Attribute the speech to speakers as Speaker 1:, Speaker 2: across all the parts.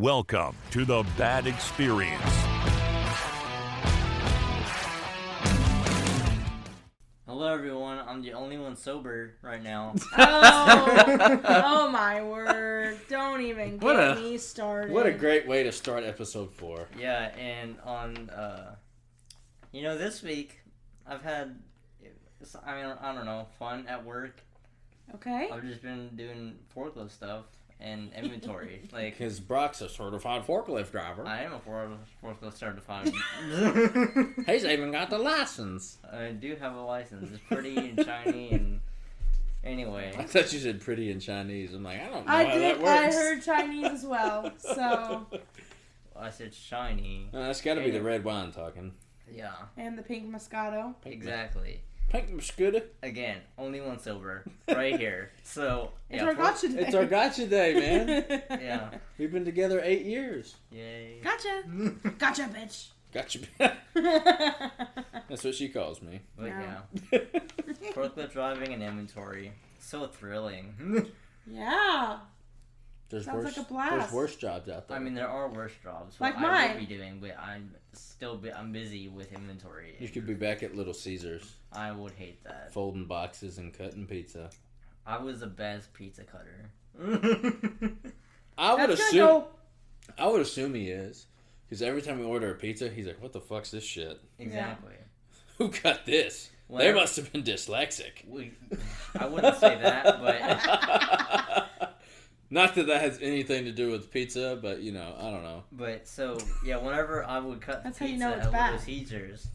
Speaker 1: Welcome to the Bad Experience.
Speaker 2: Hello, everyone. I'm the only one sober right now.
Speaker 3: Oh, oh my word. Don't even get
Speaker 4: What a-
Speaker 3: me started.
Speaker 4: What a great way to start episode four.
Speaker 2: yeah, and on, uh, you know, this week I've had, it's- I mean, I don't know, fun at work.
Speaker 3: Okay.
Speaker 2: I've just been doing forklift stuff and inventory. like,
Speaker 4: Because Brock's a certified forklift driver.
Speaker 2: I am a forklift forklift certified.
Speaker 4: He's even got the license.
Speaker 2: I do have a license. It's pretty and shiny and.
Speaker 4: I
Speaker 2: Anyway,
Speaker 4: thought you said pretty in Chinese. I'm like, I don't know
Speaker 3: I
Speaker 4: how
Speaker 3: did.
Speaker 4: that works.
Speaker 3: I heard Chinese as well. So,
Speaker 2: I said shiny.
Speaker 4: No, that's got to be the red wine talking.
Speaker 2: Yeah,
Speaker 3: and the pink Moscato.
Speaker 4: Pink Mos-
Speaker 2: exactly.
Speaker 4: Pink Mosquito.
Speaker 2: Again, only one sober right here. So
Speaker 3: It's
Speaker 2: yeah,
Speaker 3: our
Speaker 2: fork-
Speaker 3: gotcha today.
Speaker 4: It's our gotcha day, man.
Speaker 2: Yeah.
Speaker 4: We've been together eight years.
Speaker 2: Yay.
Speaker 3: Gotcha.
Speaker 2: but
Speaker 3: Gotcha, bitch.
Speaker 4: Gotcha. that's what she calls me.
Speaker 2: yeah, forklift driving and inventory. So thrilling.
Speaker 3: yeah.
Speaker 4: There's
Speaker 3: Sounds
Speaker 4: worse,
Speaker 3: like a blast.
Speaker 4: There's worse jobs out there.
Speaker 2: I mean, there are worse jobs.
Speaker 3: Like
Speaker 2: what I
Speaker 3: mine.
Speaker 2: would be doing, but I'm still bu- I'm busy with inventory.
Speaker 4: you should be back at Little Caesars,
Speaker 2: I would hate that.
Speaker 4: folding boxes and cutting pizza.
Speaker 2: I was the best pizza cutter.
Speaker 4: I would
Speaker 3: That's
Speaker 4: assume.
Speaker 3: gonna go.
Speaker 4: I would assume he is, because every time we order a pizza, he's like, "What the fuck's this shit?
Speaker 2: exactly.
Speaker 4: Who cut this?
Speaker 2: Whenever-
Speaker 4: They must have been dyslexic."
Speaker 2: We, I wouldn't say that, but
Speaker 4: but not that that has anything to do with pizza, but you know, I don't know.
Speaker 2: but so yeah, whenever I would cut the
Speaker 3: That's
Speaker 2: pizza
Speaker 3: how you know it's
Speaker 2: at
Speaker 3: bad.
Speaker 2: Little Caesars,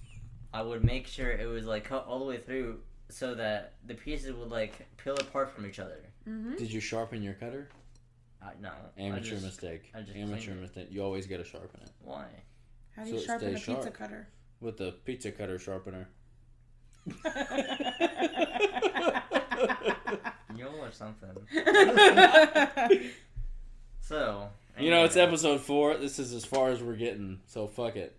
Speaker 2: I would make sure it was like cut all the way through so that the pieces would like peel apart from each other.
Speaker 3: hmm
Speaker 4: Did you sharpen your cutter?
Speaker 2: I, no, I
Speaker 4: Amateur
Speaker 2: just-
Speaker 4: mistake.
Speaker 2: I just
Speaker 4: Amateur
Speaker 2: cleaned it.
Speaker 4: mistake. You always got to sharpen it
Speaker 2: Why?
Speaker 3: How do
Speaker 4: So
Speaker 3: you
Speaker 4: it
Speaker 3: sharpen a
Speaker 4: stays
Speaker 3: pizza
Speaker 4: sharp.
Speaker 3: cutter?
Speaker 4: with the pizza cutter sharpener.
Speaker 2: You or something.
Speaker 3: That's
Speaker 2: So
Speaker 4: You know, it's
Speaker 2: anyway.
Speaker 4: episode four. This is as far as we're getting, so fuck it.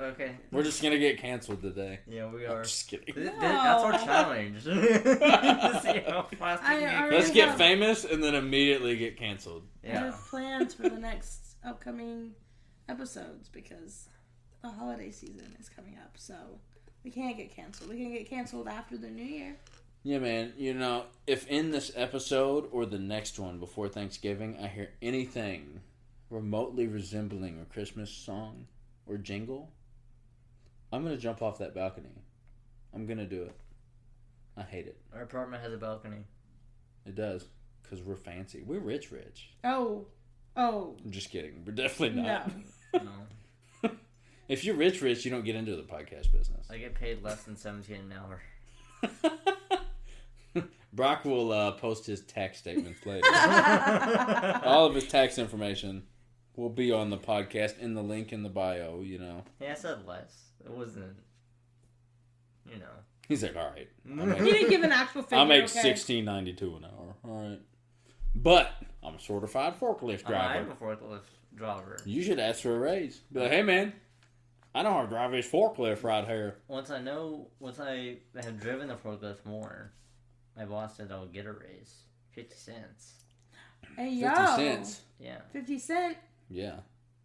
Speaker 2: Okay.
Speaker 4: We're just gonna get canceled today.
Speaker 2: Yeah, we
Speaker 4: I'm
Speaker 2: are.
Speaker 4: just
Speaker 2: Th-
Speaker 4: kidding.
Speaker 2: th- that's our challenge. To see how fast we
Speaker 3: I
Speaker 2: can
Speaker 3: already
Speaker 4: Let's
Speaker 2: get-
Speaker 4: get famous and then immediately get canceled.
Speaker 3: I
Speaker 2: Yeah.
Speaker 3: have plans for the next upcoming episodes because the holiday season is coming up, so we can't get canceled. We can get canceled after the new year.
Speaker 4: Yeah, man. You know, if in this episode or the next one before Thanksgiving, I hear anything remotely resembling a Christmas song or jingle, I'm going to jump off that balcony. I'm going to do it. I hate it.
Speaker 2: Our apartment has a balcony.
Speaker 4: It does. Because we're fancy. We're rich, rich.
Speaker 3: Oh, oh,
Speaker 4: I'm just kidding. We're definitely
Speaker 3: no.
Speaker 4: not.
Speaker 2: No.
Speaker 4: If you're rich, rich, you don't get into the podcast business.
Speaker 2: I get paid less than seventeen an hour.
Speaker 4: Brock will uh, post his tax statements later. All of his tax information will be on the podcast in the link in the bio, you know.
Speaker 2: Yeah, I said less. It wasn't. You know.
Speaker 4: He's like, all right, I
Speaker 3: You
Speaker 4: make,
Speaker 3: didn't give an actual figure.
Speaker 4: I make
Speaker 3: okay?
Speaker 4: sixteen ninety two an hour. All right, but I'm a certified forklift
Speaker 2: I am
Speaker 4: driver.
Speaker 2: a forklift driver.
Speaker 4: You should ask for a raise. Be like, hey man, I know how to drive this forklift right here.
Speaker 2: Once I know, once I have driven the forklift more, my boss said I'll get a raise, fifty cents.
Speaker 3: Hey,
Speaker 4: Fifty
Speaker 3: yo.
Speaker 4: cents.
Speaker 2: Yeah.
Speaker 3: 50 cent.
Speaker 4: Yeah,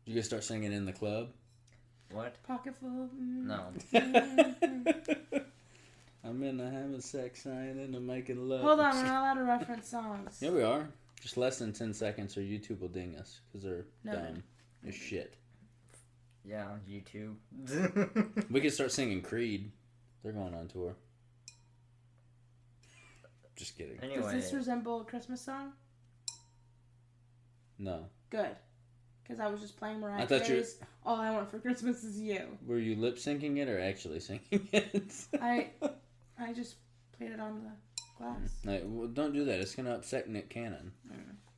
Speaker 4: you can start singing in the club.
Speaker 2: What?
Speaker 3: Pocket full. of- mm.
Speaker 2: No.
Speaker 3: Mm-hmm.
Speaker 4: I'm in the having sex, I ain't into making love.
Speaker 3: Hold on, we're not allowed to reference songs.
Speaker 4: Yeah, we are. Just less than 10 seconds, or YouTube will ding us because they're
Speaker 3: No.
Speaker 4: dumb as shit.
Speaker 2: Yeah, YouTube.
Speaker 4: We could start singing Creed. They're going on tour. Just kidding.
Speaker 3: Does
Speaker 2: anyway,
Speaker 3: this resemble a Christmas song?
Speaker 4: No.
Speaker 3: Good. Because I was just playing Mariah
Speaker 4: I thought you-
Speaker 3: Carey's All I Want for Christmas Is You.
Speaker 4: Were you lip syncing it or actually singing it?
Speaker 3: I- I just played it on the glass.
Speaker 4: Like, well, don't do that. It's going to upset Nick Cannon.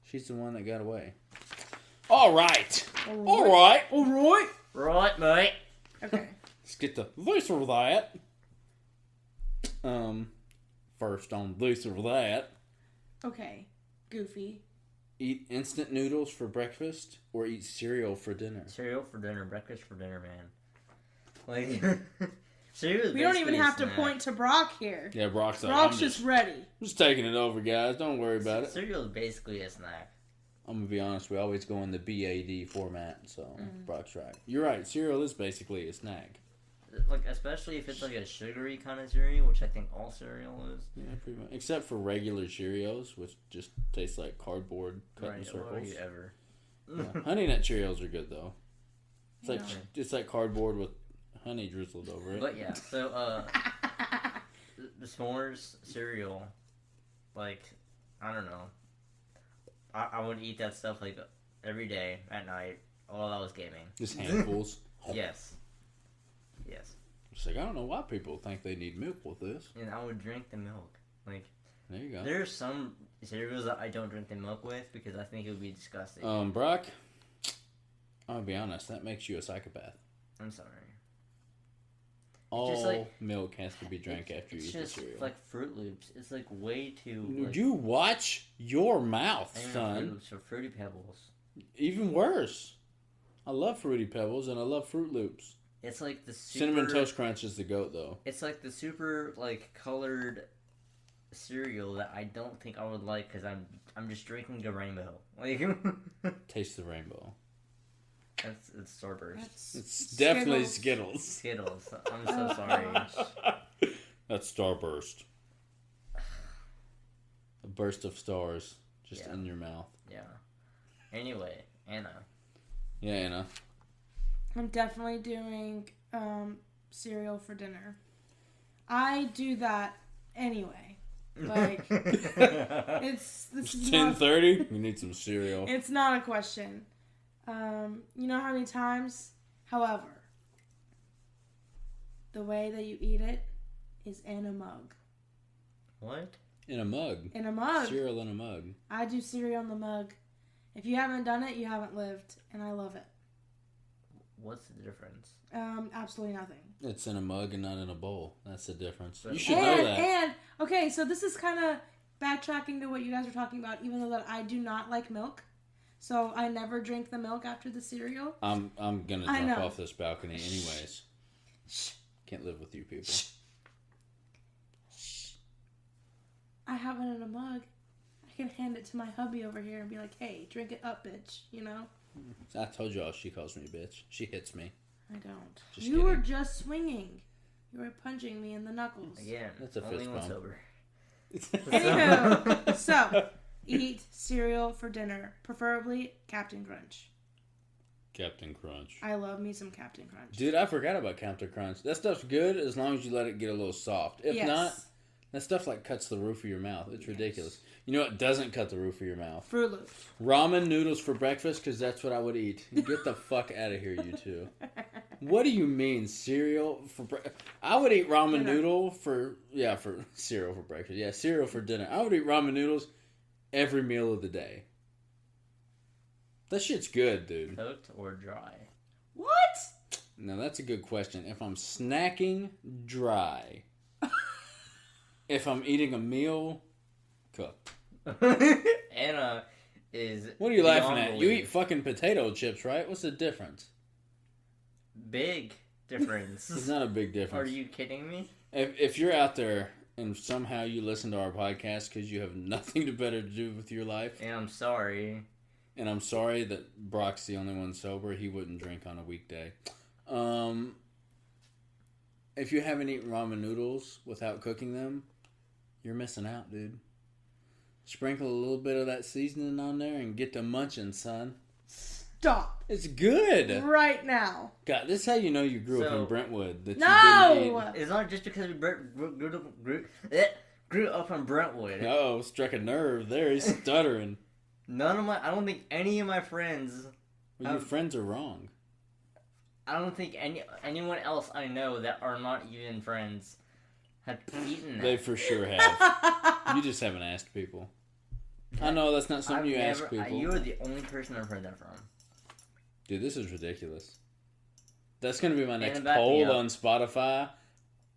Speaker 4: She's the one that got away. All right. All right. All right.
Speaker 2: right, mate.
Speaker 3: Okay.
Speaker 4: Let's get to this or that. Um, first on this or that.
Speaker 3: Okay. Goofy.
Speaker 4: Eat instant noodles for breakfast or eat cereal for dinner.
Speaker 2: Cereal for dinner, breakfast for dinner, man. Like, cereal. is
Speaker 3: We don't even
Speaker 2: basically a
Speaker 3: have to
Speaker 2: snack.
Speaker 3: point to Brock here.
Speaker 4: Yeah, Brock's, like,
Speaker 3: Brock's
Speaker 4: I'm
Speaker 3: just,
Speaker 4: just,
Speaker 3: ready.
Speaker 4: just taking it over, guys. Don't worry about it.
Speaker 2: Cereal is basically a snack.
Speaker 4: I'm gonna be honest. We always go in the BAD format, so
Speaker 3: Mm.
Speaker 4: Brock's right. You're right. Cereal is basically a snack.
Speaker 2: Like especially if it's like a sugary kind of cereal, which I think all cereal is.
Speaker 4: Yeah, pretty much. Except for regular Cheerios, which just tastes like cardboard cut in
Speaker 2: Right, or
Speaker 4: circles.
Speaker 2: you ever.
Speaker 4: Yeah. Honey Nut Cheerios are good though. It's like
Speaker 3: Yeah.
Speaker 4: it's like cardboard with honey drizzled over it.
Speaker 2: But yeah, so uh, th- the s'mores cereal, like I don't know, I, I would eat that stuff like every day at night while I was gaming.
Speaker 4: Just handfuls.
Speaker 2: Yes, yes,
Speaker 4: It's like I don't know why people think they need milk with this.
Speaker 2: and I would drink the milk. Like
Speaker 4: There you go.
Speaker 2: there are some cereals that I don't drink the milk with because I think it would be disgusting.
Speaker 4: Um, Brock, i will be honest. That makes you a psychopath.
Speaker 2: I'm sorry.
Speaker 4: All
Speaker 2: just like-
Speaker 4: milk has to be drank
Speaker 2: It's-
Speaker 4: after you
Speaker 2: it's
Speaker 4: eat the
Speaker 2: just
Speaker 4: cereal.
Speaker 2: like Fruit Loops. It's like way too.
Speaker 4: Would
Speaker 2: like,
Speaker 4: you watch your mouth,
Speaker 2: I don't know,
Speaker 4: son?
Speaker 2: Fruit Loops or Fruity Pebbles.
Speaker 4: Even worse. I love Fruity Pebbles and I love Fruit Loops.
Speaker 2: It's like the super,
Speaker 4: Cinnamon Toast Crunch is the goat, though.
Speaker 2: It's like the super like colored cereal that I don't think I would like because I'm I'm just drinking the rainbow. Like
Speaker 4: Taste the rainbow.
Speaker 2: that's it's Starburst
Speaker 3: That's
Speaker 4: It's definitely
Speaker 3: Skittles.
Speaker 4: Skittles.
Speaker 2: Skittles. I'm so sorry.
Speaker 4: That's Starburst. A burst of stars just
Speaker 2: Yeah.
Speaker 4: in your mouth.
Speaker 2: Yeah. Anyway, Anna.
Speaker 4: Yeah, Anna.
Speaker 3: I'm definitely doing um, cereal for dinner. I do that anyway. Like it's this
Speaker 4: It's
Speaker 3: is not-
Speaker 4: ten thirty. You need some cereal.
Speaker 3: It's not a question. Um, you know how many times? However, the way that you eat it is in a mug.
Speaker 2: What?
Speaker 4: In a mug.
Speaker 3: In a mug.
Speaker 4: Cereal in a mug.
Speaker 3: I do cereal in the mug. If you haven't done it, you haven't lived, and I love it.
Speaker 2: What's the difference?
Speaker 3: Um, absolutely nothing.
Speaker 4: It's in a mug and not in a bowl. That's the difference.
Speaker 2: But-
Speaker 4: You should know
Speaker 3: And
Speaker 4: that.
Speaker 3: and okay, so this is kind of backtracking to what you guys were talking about. Even though that I do not like milk, so I never drink the milk after the cereal.
Speaker 4: I'm I'm gonna
Speaker 3: I
Speaker 4: jump
Speaker 3: know.
Speaker 4: off this balcony anyways.
Speaker 3: Shh.
Speaker 4: Can't live with you people.
Speaker 3: I have it in a mug. I can hand it to my hubby over here and be like, "Hey, drink it up, bitch." You know,
Speaker 4: I told y'all she calls me bitch. She hits me.
Speaker 3: I don't.
Speaker 4: Just
Speaker 3: you were
Speaker 4: kidding.
Speaker 3: just swinging. You were punching me in the knuckles.
Speaker 2: Again,
Speaker 4: That's a
Speaker 2: only
Speaker 4: fist
Speaker 2: one
Speaker 4: bump.
Speaker 2: sober.
Speaker 3: Anywho, so eat cereal for dinner, preferably Captain Crunch.
Speaker 4: Captain Crunch.
Speaker 3: I love me some Captain Crunch.
Speaker 4: Dude, I forgot about Captain Crunch. That stuff's good as long as you let it get a little soft. If not, that stuff like cuts the roof of your mouth. It's ridiculous. You know what doesn't cut the roof of your mouth?
Speaker 3: Fruit Loops.
Speaker 4: Ramen noodles for breakfast because that's what I would eat. Get the fuck out of here, you two. What do you mean cereal for breakfast? I would eat ramen
Speaker 3: Dinner.
Speaker 4: noodle for yeah for cereal for breakfast. Yeah, cereal for dinner. I would eat ramen noodles every meal of the day. That shit's good, dude.
Speaker 2: Cooked or dry?
Speaker 3: What?
Speaker 4: Now that's a good question. If I'm snacking, dry. if I'm eating a meal, cooked.
Speaker 2: Anna is.
Speaker 4: What are you laughing
Speaker 2: beyond
Speaker 4: at? You eat
Speaker 2: belief.
Speaker 4: fucking potato chips, right? What's the difference?
Speaker 2: big
Speaker 4: It's
Speaker 2: difference.
Speaker 4: not a big difference.
Speaker 2: Are you kidding me?
Speaker 4: If, if you're out there and somehow you listen to our podcast because you have nothing to better to do with your life,
Speaker 2: And I'm sorry.
Speaker 4: and I'm sorry that Brock's the only one sober, he wouldn't drink on a weekday. Um, if you haven't eaten ramen noodles without cooking them, you're missing out, dude. Sprinkle a little bit of that seasoning on there and get to munching, son.
Speaker 3: Stop
Speaker 4: It's good.
Speaker 3: right now.
Speaker 4: God, this is how you know you grew up
Speaker 2: So-
Speaker 4: in Brentwood. That You didn't eat.
Speaker 3: No.
Speaker 2: It's not just because we grew, grew, grew, eh, grew up in Brentwood.
Speaker 4: Oh, struck a nerve there. He's stuttering.
Speaker 2: None of my, I don't think any of my friends,
Speaker 4: Well, your
Speaker 2: Um,
Speaker 4: friends are wrong.
Speaker 2: I don't think any anyone else I know that are not even friends, have eaten that.
Speaker 4: They for sure have. you just haven't asked people. I know that's not something
Speaker 2: I've
Speaker 4: you ask
Speaker 2: never- I-
Speaker 4: people.
Speaker 2: you are the only person I've heard that from.
Speaker 4: Dude, this is ridiculous. That's gonna be my next
Speaker 2: And back me
Speaker 4: poll
Speaker 2: up.
Speaker 4: on Spotify: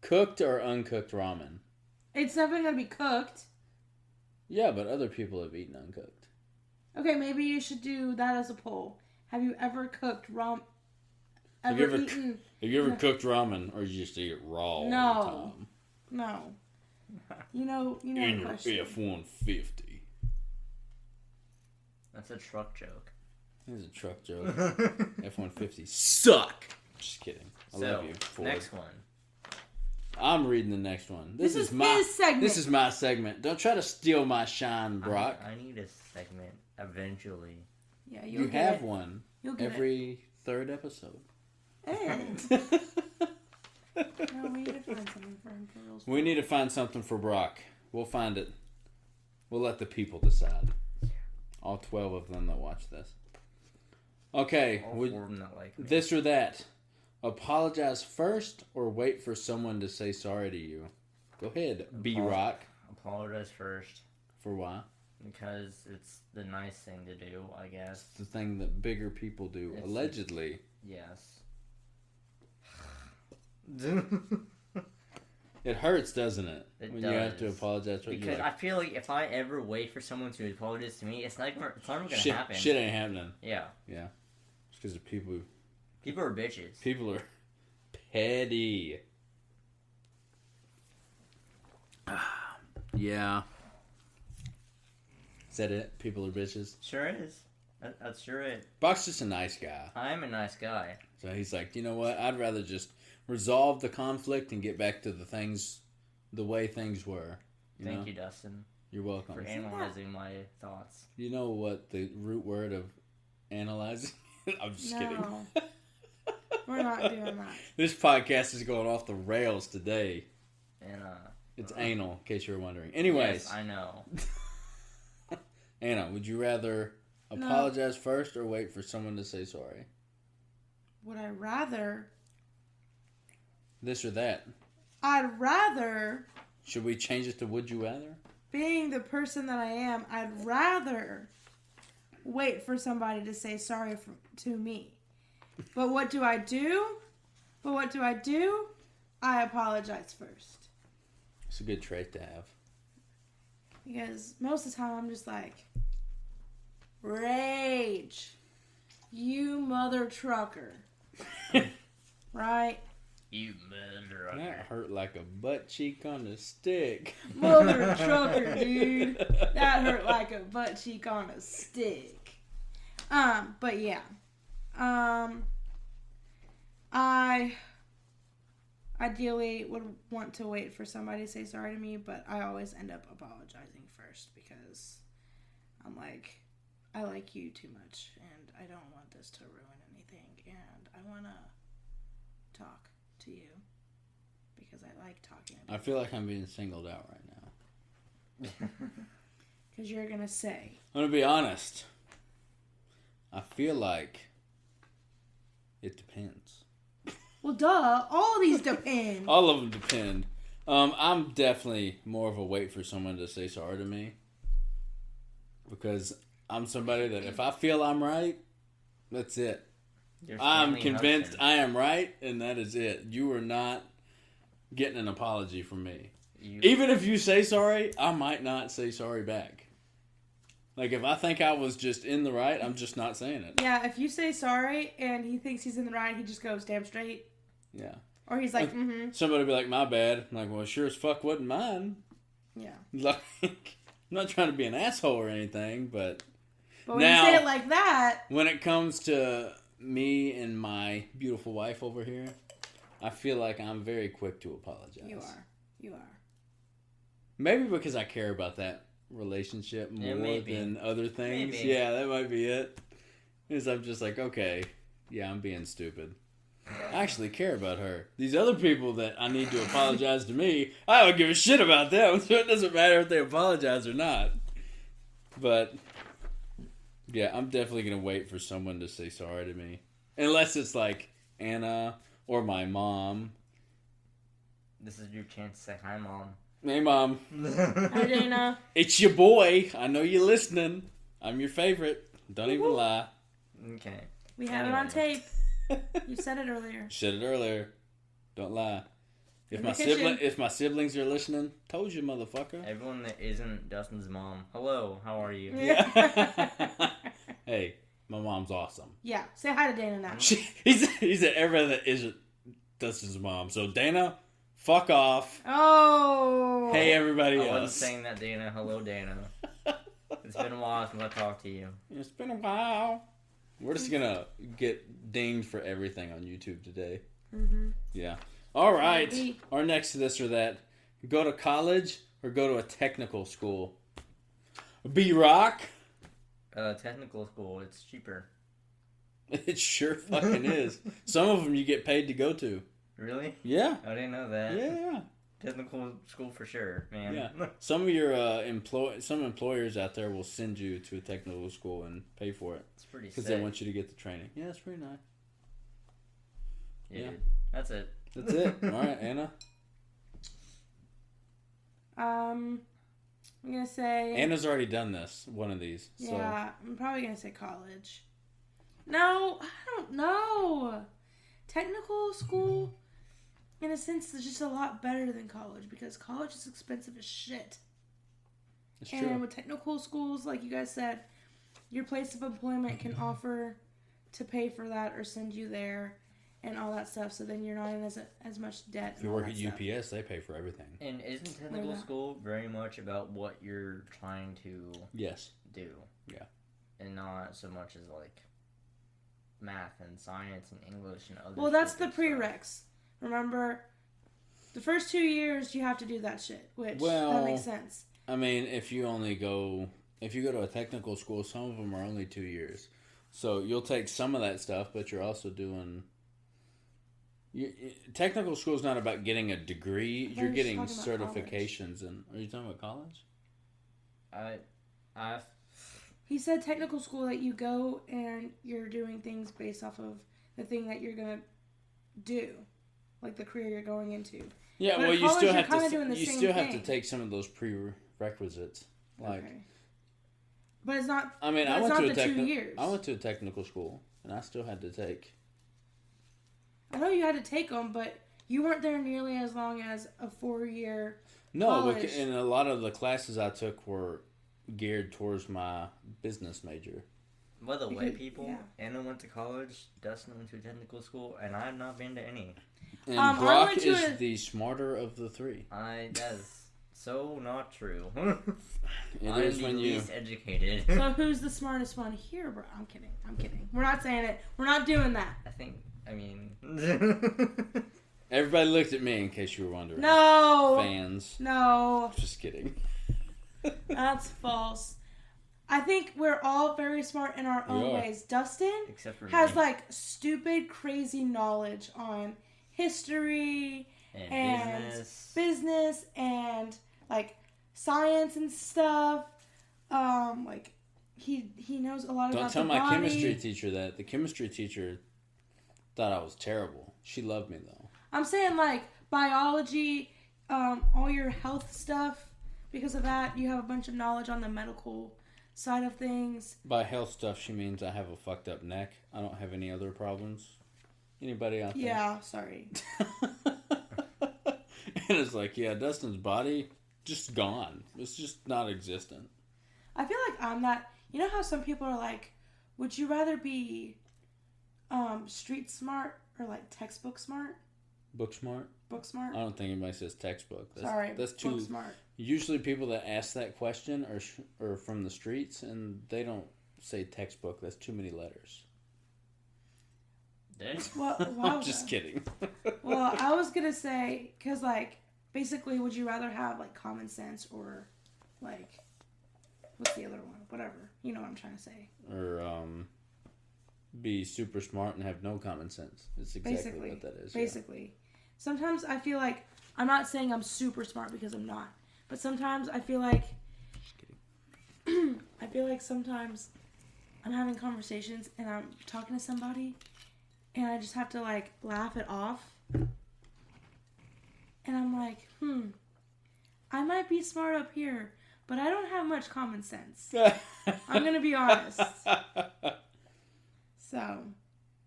Speaker 4: cooked or uncooked ramen.
Speaker 3: It's never gonna be cooked.
Speaker 4: Yeah, but other people have eaten uncooked.
Speaker 3: Okay, maybe you should do that as a poll. Have you ever cooked rom? Ever,
Speaker 4: Have you ever
Speaker 3: eaten?
Speaker 4: Have you ever cooked ramen, or you just eat it raw? all the
Speaker 3: No.
Speaker 4: time?
Speaker 3: No. You know. You know.
Speaker 4: In
Speaker 3: the
Speaker 4: your
Speaker 3: question.
Speaker 4: F one fifty.
Speaker 2: That's a truck joke.
Speaker 4: This is a truck joke. F one fifty suck. Just kidding. I
Speaker 2: so,
Speaker 4: love you. Ford.
Speaker 2: next one.
Speaker 4: I'm reading the next one. This,
Speaker 3: This
Speaker 4: is,
Speaker 3: is
Speaker 4: my
Speaker 3: his segment.
Speaker 4: This is my segment. Don't try to steal my shine,
Speaker 2: I-
Speaker 4: Brock.
Speaker 2: I, need a segment eventually.
Speaker 3: Yeah,
Speaker 4: you
Speaker 3: you'll get
Speaker 4: have
Speaker 3: it.
Speaker 4: one
Speaker 3: You'll get it.
Speaker 4: every third episode.
Speaker 3: Hey. No, we need to find something for him for real.
Speaker 4: we need to find something for Brock. We'll find it. We'll let the people decide. All twelve of them that watch this. Okay.
Speaker 2: All
Speaker 4: Would,
Speaker 2: four of them that like me.
Speaker 4: This or that. Apologize first or wait for someone to say sorry to you. Go ahead, B Rock.
Speaker 2: Apologize first
Speaker 4: For why?
Speaker 2: because it's the nice thing to do, I guess.
Speaker 4: It's the thing that bigger people do,
Speaker 2: It's-
Speaker 4: allegedly.
Speaker 2: Yes.
Speaker 4: It hurts, doesn't it?
Speaker 2: It
Speaker 4: when you have to
Speaker 2: does.
Speaker 4: apologize for
Speaker 2: Because
Speaker 4: you're
Speaker 2: I
Speaker 4: like,
Speaker 2: feel like if I ever wait for someone to apologize to me, it's not gonna, it's not gonna
Speaker 4: shit,
Speaker 2: happen.
Speaker 4: shit ain't happening.
Speaker 2: Yeah,
Speaker 4: Yeah. It's because people
Speaker 2: people are bitches.
Speaker 4: people are petty. Ah, yeah. Is that it? People are bitches.
Speaker 2: Sure is. That, that's sure it.
Speaker 4: Buck's just a nice guy.
Speaker 2: I'm a nice guy.
Speaker 4: So he's like, you know what? I'd rather just resolve the conflict and get back to the things, the way things were. You
Speaker 2: Thank
Speaker 4: know?
Speaker 2: you, Dustin,
Speaker 4: You're welcome.
Speaker 2: for analyzing my thoughts.
Speaker 4: You know what the root word of analyzing? I'm just kidding.
Speaker 3: No. We're not doing that.
Speaker 4: This podcast is going off the rails today.
Speaker 2: And uh,
Speaker 4: It's anal, in case you were wondering. Anyways,
Speaker 2: yes, I know.
Speaker 4: Anna, would you rather
Speaker 3: No.
Speaker 4: apologize first or wait for someone to say sorry?
Speaker 3: Would I rather?
Speaker 4: This or that?
Speaker 3: I'd rather,
Speaker 4: Should we change it to would you rather?
Speaker 3: being the person that I am, I'd rather wait for somebody to say sorry for, to me. But what do I do? But what do I do? I apologize first.
Speaker 4: It's a good trait to have.
Speaker 3: Because most of the time I'm just like, rage, you mother trucker. right?
Speaker 2: You murderer.
Speaker 4: That hurt like a butt cheek on a stick.
Speaker 3: Mother trucker, dude. That hurt like a butt cheek on a stick. Um, but yeah. Um I ideally would want to wait for somebody to say sorry to me, but I always end up apologizing first because I'm like I like you too much and I don't want this to ruin anything and I want to talk to you because I like talking about
Speaker 4: I feel like I'm being singled out right now.
Speaker 3: Because you're going to say,
Speaker 4: I'm gonna be honest. I feel like it depends.
Speaker 3: well, duh, all these depend.
Speaker 4: All of them depend. Um, I'm definitely more of a wait for someone to say sorry to me because I'm somebody that if I feel I'm right, that's it.
Speaker 2: You're
Speaker 4: I'm
Speaker 2: Stanley
Speaker 4: convinced
Speaker 2: Hudson.
Speaker 4: I am right, and that is it. You are not getting an apology from me.
Speaker 2: You-
Speaker 4: Even if you say sorry, I might not say sorry back. Like if I think I was just in the right, I'm just not saying it.
Speaker 3: yeah, if you say sorry and he thinks he's in the right, he just goes damn straight.
Speaker 4: Yeah.
Speaker 3: Or he's
Speaker 4: Uh,
Speaker 3: like, mm hmm.
Speaker 4: Somebody be like, "My bad." I'm like, "Well, sure as fuck wasn't mine."
Speaker 3: Yeah.
Speaker 4: Like, I'm not trying to be an asshole or anything, but
Speaker 3: But when
Speaker 4: Now-
Speaker 3: you say it like that,
Speaker 4: when it comes to me and my beautiful wife over here, I feel like I'm very quick to apologize.
Speaker 3: you are. You are.
Speaker 4: Maybe because I care about that relationship
Speaker 2: Yeah,
Speaker 4: more
Speaker 2: maybe.
Speaker 4: than other things.
Speaker 2: Maybe.
Speaker 4: Yeah, that might be it. Is I'm just like, okay, yeah, I'm being stupid. I actually care about her. These other people that I need to apologize to me, I don't give a shit about them. So it doesn't matter if they apologize or not. But yeah, I'm definitely gonna wait for someone to say sorry to me, unless it's like Anna or my mom.
Speaker 2: This is your chance to say hi, mom.
Speaker 4: Hey, mom.
Speaker 3: Hi, Dana.
Speaker 4: It's your boy. I know you're listening. I'm your favorite. Don't even lie.
Speaker 2: Okay.
Speaker 3: We have it on
Speaker 2: Anyway.
Speaker 3: tape. You said it earlier.
Speaker 4: Said it earlier. Don't lie. If
Speaker 3: In
Speaker 4: my
Speaker 3: the kitchen.
Speaker 4: sibling, if my siblings are listening, told you, motherfucker.
Speaker 2: Everyone that isn't Dustin's mom. Hello, how are you?
Speaker 4: hey, my mom's awesome.
Speaker 3: Yeah, say hi to Dana now.
Speaker 4: She, he's he's at everybody that isn't that's his mom. So Dana, fuck off.
Speaker 3: Oh.
Speaker 4: Hey everybody
Speaker 2: Oh. I wasn't
Speaker 4: else.
Speaker 2: saying that, Dana. Hello, Dana. It's been a while since I talked to you.
Speaker 4: It's been a while. We're just gonna get dinged for everything on YouTube today.
Speaker 3: Mm-hmm.
Speaker 4: Yeah. All right.
Speaker 3: Maybe.
Speaker 4: Our next this or that. Go to college or go to a technical school. B Rock.
Speaker 2: Uh, technical school, it's cheaper.
Speaker 4: It sure fucking is. Some of them you get paid to go to.
Speaker 2: Really?
Speaker 4: Yeah.
Speaker 2: I didn't know
Speaker 4: Yeah.
Speaker 2: that.
Speaker 4: yeah.
Speaker 2: Technical school for sure, man.
Speaker 4: Yeah. Some of your uh, employ some employers out there will send you to a technical school and pay for it
Speaker 2: it's pretty
Speaker 4: because
Speaker 2: sick.
Speaker 4: they want you to get the training. Yeah, it's pretty nice.
Speaker 2: Dude,
Speaker 4: yeah.
Speaker 2: That's it.
Speaker 4: That's it. All right, Anna.
Speaker 3: Um, I'm gonna say.
Speaker 4: Anna's already done this. One of these. So.
Speaker 3: Yeah, I'm probably gonna say college. No, I don't know. Technical school, in a sense, is just a lot better than college because college is expensive as shit.
Speaker 4: It's
Speaker 3: and
Speaker 4: true.
Speaker 3: with technical schools, like you guys said, your place of employment
Speaker 4: Mm-hmm.
Speaker 3: can offer to pay for that or send you there and all that stuff. So then you're not in as as much debt.
Speaker 4: If
Speaker 3: and
Speaker 4: you
Speaker 3: all
Speaker 4: work
Speaker 3: that
Speaker 4: at
Speaker 3: stuff.
Speaker 4: UPS, they pay for everything.
Speaker 2: And isn't technical
Speaker 3: Yeah.
Speaker 2: school very much about what you're trying to
Speaker 4: Yes.
Speaker 2: do?
Speaker 4: Yeah.
Speaker 2: And not so much as like math and science and English and other
Speaker 3: Well, that's the
Speaker 2: stupid stuff.
Speaker 3: prereqs. Remember, the first two years you have to do that shit, which
Speaker 4: Well-
Speaker 3: that makes sense.
Speaker 4: I mean, if you only go if you go to a technical school, some of them are only two years, so you'll take some of that stuff, but you're also doing. You, you- technical school is not about getting a degree.
Speaker 3: But
Speaker 4: You're
Speaker 3: I'm just
Speaker 4: getting
Speaker 3: talking about college.
Speaker 4: certifications, and are you talking about college?
Speaker 2: I, I,
Speaker 3: He said technical school that you go and you're doing things based off of the thing that you're gonna do, like the career you're going into.
Speaker 4: Yeah,
Speaker 3: But
Speaker 4: well,
Speaker 3: at
Speaker 4: you
Speaker 3: college,
Speaker 4: still
Speaker 3: you're
Speaker 4: have
Speaker 3: kinda
Speaker 4: to
Speaker 3: doing the
Speaker 4: you
Speaker 3: same
Speaker 4: still have to
Speaker 3: thing.
Speaker 4: take some of those prerequisites. Like,
Speaker 3: Okay. But it's not.
Speaker 4: I mean,
Speaker 3: but
Speaker 4: I
Speaker 3: it's
Speaker 4: went
Speaker 3: not
Speaker 4: to a
Speaker 3: the two
Speaker 4: technical
Speaker 3: years.
Speaker 4: I went to a technical school, and I still had to take
Speaker 3: I know you had to take them, but you weren't there nearly as long as a four year.
Speaker 4: No,
Speaker 3: college.
Speaker 4: because, and a lot of the classes I took were geared towards my business major.
Speaker 2: by the
Speaker 3: You
Speaker 2: way,
Speaker 3: could-
Speaker 2: people,
Speaker 3: yeah.
Speaker 2: Anna went to college, Dustin went to technical school, and I've not been to any.
Speaker 4: And
Speaker 3: Um, I
Speaker 4: Brock
Speaker 3: went to
Speaker 4: is
Speaker 3: a-
Speaker 4: the smarter of the three.
Speaker 2: I, that's so not true.
Speaker 4: It
Speaker 2: I'm
Speaker 4: is
Speaker 2: the
Speaker 4: when you.
Speaker 2: least educated.
Speaker 3: So who's the smartest one here, bro? I'm kidding. I'm kidding. We're not saying it. We're not doing that.
Speaker 2: I think, I mean,
Speaker 4: Everybody looked at me in case you were wondering.
Speaker 3: No.
Speaker 4: Fans.
Speaker 3: No.
Speaker 4: Just kidding.
Speaker 3: That's false. I think we're all very smart in our
Speaker 4: We
Speaker 3: own
Speaker 4: are.
Speaker 3: ways. Dustin
Speaker 2: except for
Speaker 3: has
Speaker 2: me
Speaker 3: like stupid, crazy knowledge on history,
Speaker 2: and,
Speaker 3: and
Speaker 2: business.
Speaker 3: business, and like science and stuff. Um, like he he knows a lot
Speaker 4: Don't
Speaker 3: about
Speaker 4: tell
Speaker 3: the
Speaker 4: my
Speaker 3: body.
Speaker 4: chemistry teacher that. The chemistry teacher thought I was terrible. She loved me though.
Speaker 3: I'm saying like biology, um, all your health stuff. Because of that, you have a bunch of knowledge on the medical side of things.
Speaker 4: By health stuff, she means I have a fucked up neck. I don't have any other problems. Anybody out there?
Speaker 3: Yeah, sorry.
Speaker 4: and it's like, yeah, Dustin's body just gone. It's just not existent.
Speaker 3: I feel like I'm that. You know how some people are like, would you rather be um, street smart or like textbook smart,
Speaker 4: Book smart?
Speaker 3: book
Speaker 4: I
Speaker 3: smart?
Speaker 4: don't think anybody says textbook. That's,
Speaker 3: Sorry,
Speaker 4: that's
Speaker 3: book
Speaker 4: too.
Speaker 3: smart.
Speaker 4: Usually, people that ask that question are sh- are from the streets, and they don't say textbook. That's too many letters.
Speaker 2: There's-
Speaker 3: Well, wow,
Speaker 4: I'm just kidding.
Speaker 3: well, I was gonna say because like basically, would you rather have like common sense or like what's the other one? Whatever. You know what I'm trying to say.
Speaker 4: or um, be super smart and have no common sense. It's exactly
Speaker 3: Basically,
Speaker 4: what that is. yeah.
Speaker 3: basically. Sometimes I feel like I'm not saying I'm super smart because I'm not, but sometimes I feel like I feel like sometimes I'm having conversations and I'm talking to somebody, and I just have to like laugh it off, and I'm like, hmm, I might be smart up here, but I don't have much common sense. I'm gonna be honest. So,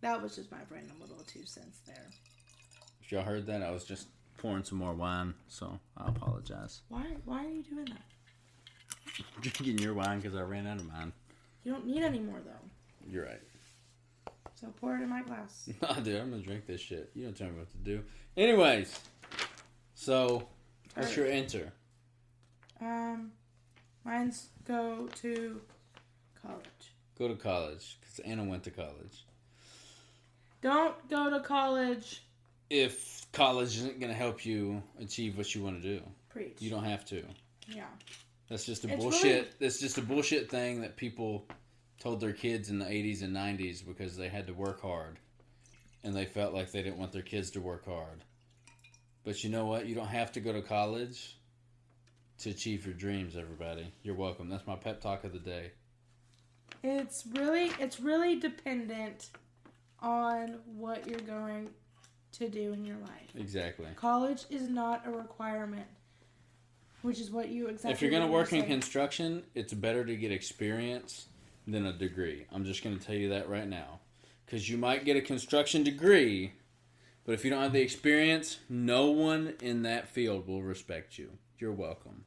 Speaker 3: that was just my random little two cents there.
Speaker 4: If y'all heard that, I was just pouring some more wine, so I apologize.
Speaker 3: Why? Why are you doing that?
Speaker 4: drinking your wine because I ran out of mine.
Speaker 3: You don't need any more though.
Speaker 4: You're right.
Speaker 3: So pour it in my glass.
Speaker 4: Nah, dude, I'm gonna drink this shit. You don't tell me what to do. Anyways, so what's your answer?
Speaker 3: Um, Mine's go to college.
Speaker 4: Go to college, because Anna went to college.
Speaker 3: Don't go to college.
Speaker 4: If college isn't going to help you achieve what you want to do,
Speaker 3: Preach.
Speaker 4: you don't have to.
Speaker 3: Yeah.
Speaker 4: That's just a
Speaker 3: It's
Speaker 4: bullshit.
Speaker 3: really-
Speaker 4: That's just a bullshit thing that people told their kids in the '80s and '90s because they had to work hard, and they felt like they didn't want their kids to work hard. But you know what? You don't have to go to college to achieve your dreams. Everybody, you're welcome. That's my pep talk of the day.
Speaker 3: It's really it's really dependent on what you're going to do in your life.
Speaker 4: Exactly.
Speaker 3: College is not a requirement, which is what you exactly.
Speaker 4: if you're gonna
Speaker 3: what
Speaker 4: work in
Speaker 3: saying.
Speaker 4: construction, it's better to get experience than a degree. I'm just gonna tell you that right now, because you might get a construction degree, but if you don't have the experience, no one in that field will respect you. You're welcome.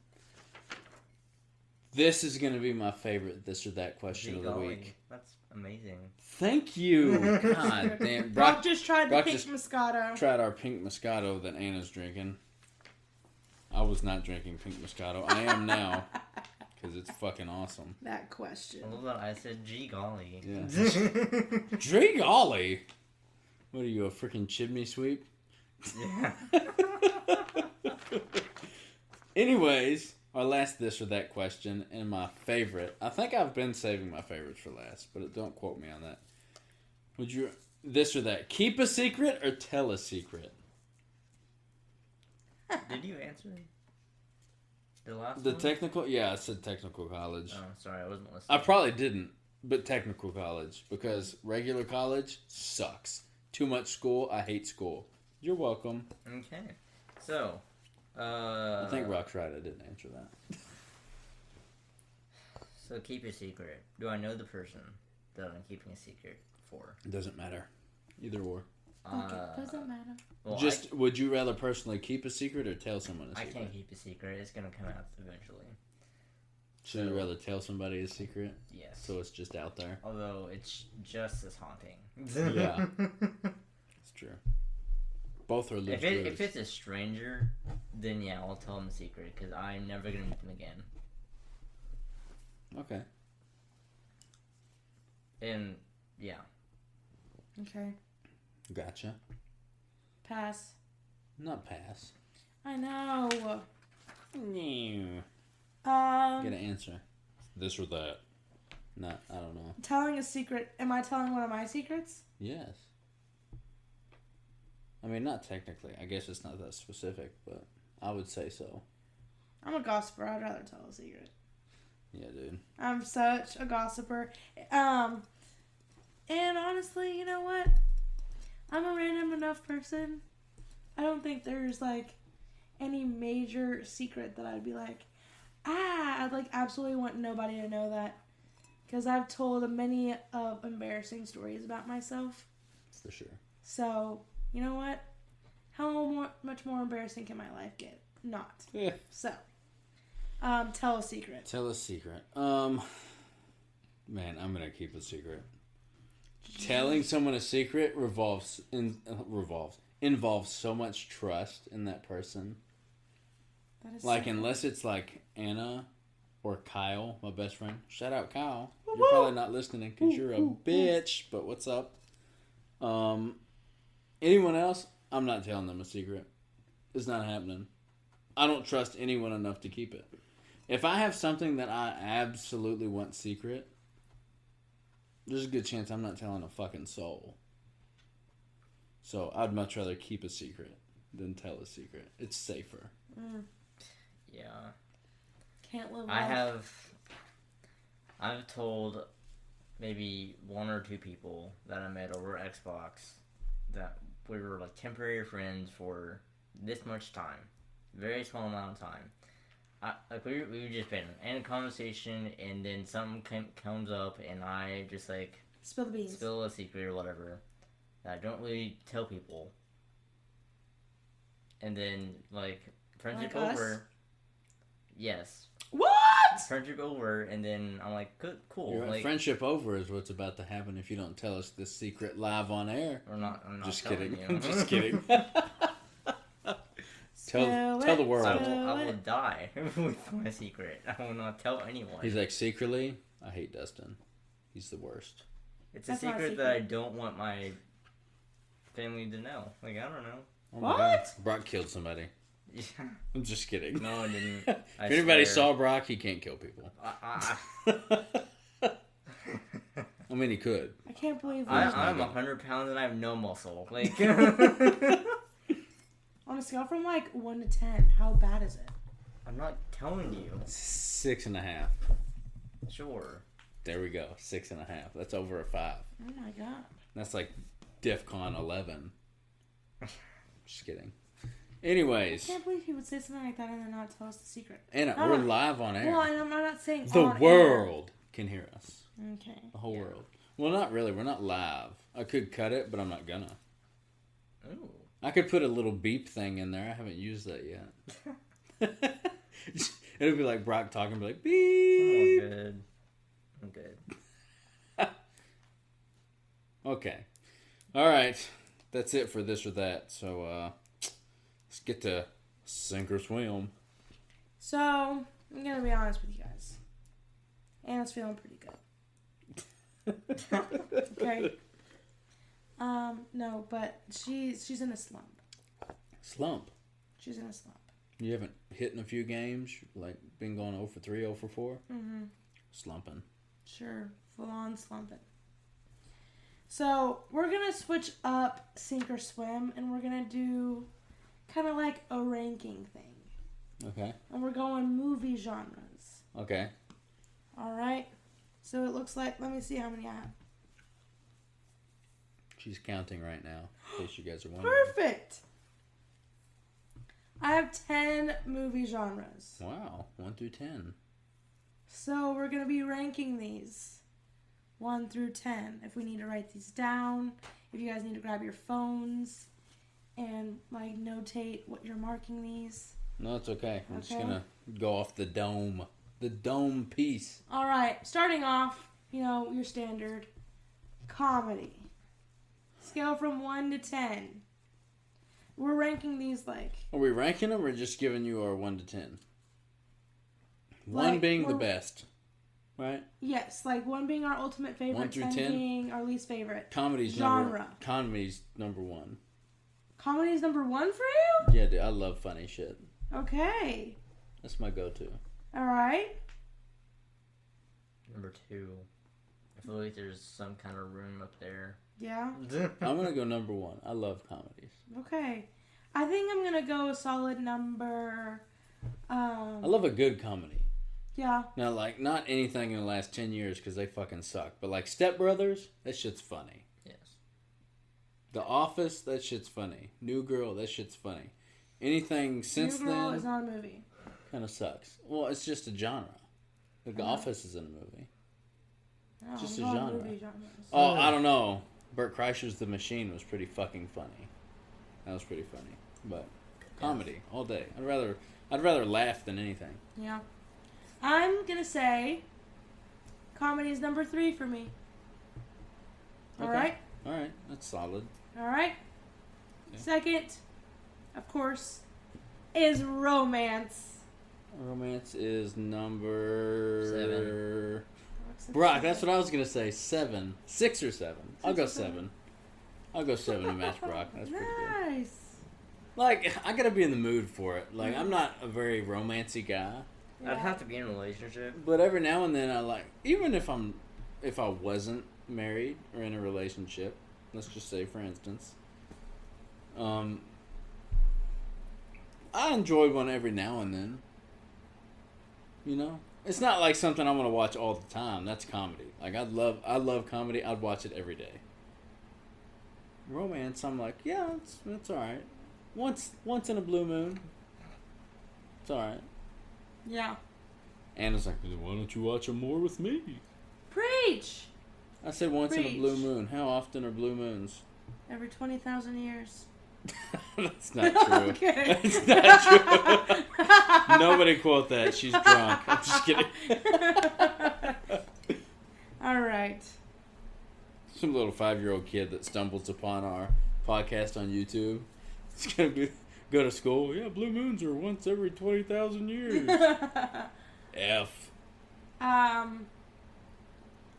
Speaker 4: This is gonna be my favorite this or that question of the
Speaker 2: Golly,
Speaker 4: week.
Speaker 2: That's amazing.
Speaker 4: Thank you. God damn,
Speaker 3: Brock,
Speaker 4: Brock
Speaker 3: just tried
Speaker 4: Brock
Speaker 3: the pink
Speaker 4: just-
Speaker 3: Moscato.
Speaker 4: tried our pink Moscato that Anna's drinking. I was not drinking pink Moscato. I am now because it's fucking awesome.
Speaker 3: that question.
Speaker 2: I love that I said, gee golly.
Speaker 4: Drink Ollie. What are you, a freaking chimney sweep?
Speaker 2: yeah.
Speaker 4: Anyways, our last this or that question and my favorite. I think I've been saving my favorites for last, but don't quote me on that. Would you this or that keep a secret or tell a secret?
Speaker 2: Did you answer the last
Speaker 4: The
Speaker 2: one?
Speaker 4: technical, yeah, I said technical college.
Speaker 2: Oh, sorry, I wasn't listening.
Speaker 4: I probably didn't, but technical college because regular college sucks. Too much school. I hate school. You're welcome.
Speaker 2: okay. So, uh.
Speaker 4: I think Rock's right. I didn't answer that.
Speaker 2: So keep a secret. Do I know the person that I'm keeping a secret for?
Speaker 4: It doesn't matter. Either or.
Speaker 3: Okay,
Speaker 2: Uh,
Speaker 3: doesn't matter.
Speaker 2: well, I-
Speaker 4: Just would you rather personally keep a secret or tell someone a
Speaker 2: I,
Speaker 4: secret?
Speaker 2: can't keep a secret. It's gonna come out eventually.
Speaker 4: So you rather tell somebody a secret
Speaker 2: Yes.
Speaker 4: so it's just out there?
Speaker 2: Although it's just as haunting.
Speaker 4: Yeah. It's true. Both are loose.
Speaker 2: If, it, if
Speaker 4: screws.
Speaker 2: it's a stranger, then yeah, I'll tell them the secret because I'm never gonna meet them again.
Speaker 4: okay.
Speaker 2: And yeah,
Speaker 3: Okay,
Speaker 4: Gotcha.
Speaker 3: pass.
Speaker 4: Not pass.
Speaker 3: I know.
Speaker 4: No. Get
Speaker 3: Um,
Speaker 4: an answer. This or that. Not I don't know.
Speaker 3: telling a secret. Am I telling one of my secrets?
Speaker 4: Yes. I mean not technically. I guess it's not that specific, but I would say so.
Speaker 3: I'm a gossiper. I'd rather tell a secret.
Speaker 4: Yeah, dude.
Speaker 3: I'm such a gossiper. Um, and honestly, you know what? I'm a random enough person. I don't think there's like any major secret that I'd be like, ah, I'd like absolutely want nobody to know that. Because I've told many of embarrassing stories about myself.
Speaker 4: For sure.
Speaker 3: So, you know what? How more, much more embarrassing can my life get? Not.
Speaker 4: Yeah.
Speaker 3: So, um, tell a secret.
Speaker 4: Tell a secret. Um, man, I'm gonna keep a secret. Telling someone a secret revolves in uh, revolves involves so much trust in that person.
Speaker 3: That is
Speaker 4: Like
Speaker 3: so-
Speaker 4: unless it's like Anna or Kyle, my best friend. Shout out Kyle. You're probably not listening because you're a bitch. But what's up? Um, anyone else? I'm not telling them a secret. It's not happening. I don't trust anyone enough to keep it. If I have something that I absolutely want secret, there's a good chance I'm not telling a fucking soul. So I'd much rather keep a secret than tell a secret. It's safer.
Speaker 2: yeah.
Speaker 3: Can't live.
Speaker 2: I
Speaker 3: life.
Speaker 2: have I've told maybe one or two people that I met over Xbox that we were like temporary friends for this much time. Very small amount of time. I, like we, we were just been in a conversation and then something com- comes up and I just like
Speaker 3: Spill the beans.
Speaker 2: spill a secret or whatever that I don't really tell people. And then like friendship
Speaker 3: Like us?
Speaker 2: over. Yes,
Speaker 3: What?
Speaker 2: friendship over, and then I'm like, good, cool.
Speaker 4: Your
Speaker 2: like,
Speaker 4: friendship over is what's about to happen if you don't tell us this secret live on air.
Speaker 2: we're not. I'm not
Speaker 4: Just
Speaker 2: telling
Speaker 4: kidding.
Speaker 2: You.
Speaker 4: I'm just kidding. Tell
Speaker 3: Do
Speaker 4: tell the
Speaker 3: it.
Speaker 2: I
Speaker 4: world.
Speaker 3: So-
Speaker 2: will, I will die with my secret. I will not tell anyone.
Speaker 4: He's like secretly, I hate Dustin. He's the worst.
Speaker 2: it's a
Speaker 3: That's not a
Speaker 2: secret, that I
Speaker 3: secret.
Speaker 2: don't want my family to know. Like I don't know.
Speaker 4: Oh my God.
Speaker 3: What?
Speaker 4: Brock killed somebody. I'm just kidding.
Speaker 2: no, I didn't.
Speaker 4: if
Speaker 2: I
Speaker 4: anybody
Speaker 2: swear.
Speaker 4: saw Brock, he can't kill people.
Speaker 2: I, I,
Speaker 4: I mean, he could.
Speaker 3: I can't believe we,
Speaker 2: I,
Speaker 4: not
Speaker 2: I'm
Speaker 4: gonna-
Speaker 2: 100 pounds and I have no muscle. Like,
Speaker 3: on a scale from like one to ten, how bad is it?
Speaker 2: I'm not telling you.
Speaker 4: Six and a half.
Speaker 2: Sure.
Speaker 4: There we go. Six and a half. That's over a five.
Speaker 3: Oh my god.
Speaker 4: That's like DEF CON 11. Just kidding. Anyways,
Speaker 3: I can't believe he would say something like that and then not tell us the secret.
Speaker 4: Anna,
Speaker 3: Hold
Speaker 4: we're
Speaker 3: on.
Speaker 4: live on air.
Speaker 3: Well, and I'm not saying
Speaker 4: the
Speaker 3: on air.
Speaker 4: world can hear us.
Speaker 3: Okay.
Speaker 4: The whole world. Well, not really. We're not live. I could cut it, but I'm not gonna.
Speaker 2: Ooh.
Speaker 4: I could put a little beep thing in there. I haven't used that yet. It'll be like Brock talking, be like
Speaker 2: I'm
Speaker 4: beep.
Speaker 2: good. I'm good.
Speaker 4: Okay. All right. That's it for this or that. So uh, let's get to sink or swim.
Speaker 3: So I'm gonna be honest with you guys. Anna's feeling pretty good. okay. Um. No, but she's she's in a slump.
Speaker 4: Slump.
Speaker 3: She's in a slump.
Speaker 4: You haven't hit in a few games, like been going 0 for 3, 0 for 4. Mm-hmm. Slumping.
Speaker 3: Sure, full on slumping. So we're gonna switch up sink or swim, and we're gonna do kind of like a ranking thing,
Speaker 4: Okay.
Speaker 3: and we're going movie genres.
Speaker 4: Okay.
Speaker 3: All right. So it looks like. Let me see how many I have.
Speaker 4: She's counting right now, in case you guys are wondering.
Speaker 3: Perfect. I have ten movie genres.
Speaker 4: Wow. 1 through 10.
Speaker 3: So we're gonna be ranking these, one through ten. If we need to write these down, if you guys need to grab your phones, and like notate what you're marking these.
Speaker 4: No, it's okay. I'm just
Speaker 3: Okay.
Speaker 4: gonna go off the dome. The dome piece.
Speaker 3: All right, starting off, you know your standard comedy scale from one to ten. We're ranking these like
Speaker 4: Are we ranking them or just giving you our one to ten? one
Speaker 3: Like,
Speaker 4: being the
Speaker 3: we're-
Speaker 4: best, right?
Speaker 3: yes, like one being our ultimate favorite,
Speaker 4: One through
Speaker 3: ten
Speaker 4: 10?
Speaker 3: being our least favorite.
Speaker 4: Comedy's number.
Speaker 3: Genre.
Speaker 4: Comedy's number one.
Speaker 3: Comedy is number one for you.
Speaker 4: Yeah, dude, I love funny shit.
Speaker 3: Okay.
Speaker 4: That's my go-to.
Speaker 3: All right.
Speaker 2: Number two. I feel like there's some kind of room up there.
Speaker 3: Yeah.
Speaker 4: I'm gonna go number one. I love comedies.
Speaker 3: Okay. I think I'm gonna go a solid number.
Speaker 4: I
Speaker 3: Um,
Speaker 4: love a good comedy.
Speaker 3: yeah,
Speaker 4: Now, like, not anything in the last ten years because they fucking suck. But like Step Brothers, that shit's funny.
Speaker 2: yes.
Speaker 4: The Office, that shit's funny. New Girl, that shit's funny. Anything since
Speaker 3: New Girl
Speaker 4: then,
Speaker 3: is not a movie.
Speaker 4: Kind of sucks. Well, it's just a genre. Like
Speaker 3: Uh-huh.
Speaker 4: The Office is in a movie.
Speaker 3: No,
Speaker 4: Just
Speaker 3: I'm
Speaker 4: a
Speaker 3: going
Speaker 4: genre.
Speaker 3: Movie genres.
Speaker 4: Oh, I don't know. Bert Kreischer's The Machine was pretty fucking funny. That was pretty funny. But comedy all day. I'd rather I'd rather laugh than anything.
Speaker 3: Yeah. I'm gonna say comedy is number three for me. All
Speaker 4: Okay.
Speaker 3: right.
Speaker 4: All right, that's solid.
Speaker 3: All right. Second, of course, is romance.
Speaker 4: Romance is number
Speaker 3: Looks
Speaker 4: Brock.
Speaker 3: like
Speaker 4: That's
Speaker 3: seven.
Speaker 4: what I was gonna say. Seven, six or seven. I'll
Speaker 3: Six
Speaker 4: go
Speaker 3: or seven.
Speaker 4: seven. I'll go seven to match Brock. That's pretty good.
Speaker 3: nice.
Speaker 4: Like I gotta be in the mood for it. Like I'm not a very romancy guy.
Speaker 2: I'd have to be in a relationship.
Speaker 4: But every now and then, I like even if I'm if I wasn't married or in a relationship. Let's just say, for instance, um, I enjoy one every now and then. You know, it's not like something I want to watch all the time. That's comedy. Like I love, I love comedy. I'd watch it every day. Romance, I'm like, yeah, it's it's all right. Once once in a blue moon, it's all right.
Speaker 3: Yeah.
Speaker 4: Anna's like, why don't you watch them more with me?
Speaker 3: Preach.
Speaker 4: I said once in a
Speaker 3: Preach.
Speaker 4: blue moon. How often are blue moons?
Speaker 3: Every twenty thousand years.
Speaker 4: That's not true.
Speaker 3: Okay.
Speaker 4: That's not true. Nobody quote that. She's drunk. I'm just kidding.
Speaker 3: All right.
Speaker 4: Some little five year old kid that stumbles upon our podcast on YouTube. It's gonna be Go to school. Yeah, blue moons are once every 20,000 years. F.
Speaker 3: um,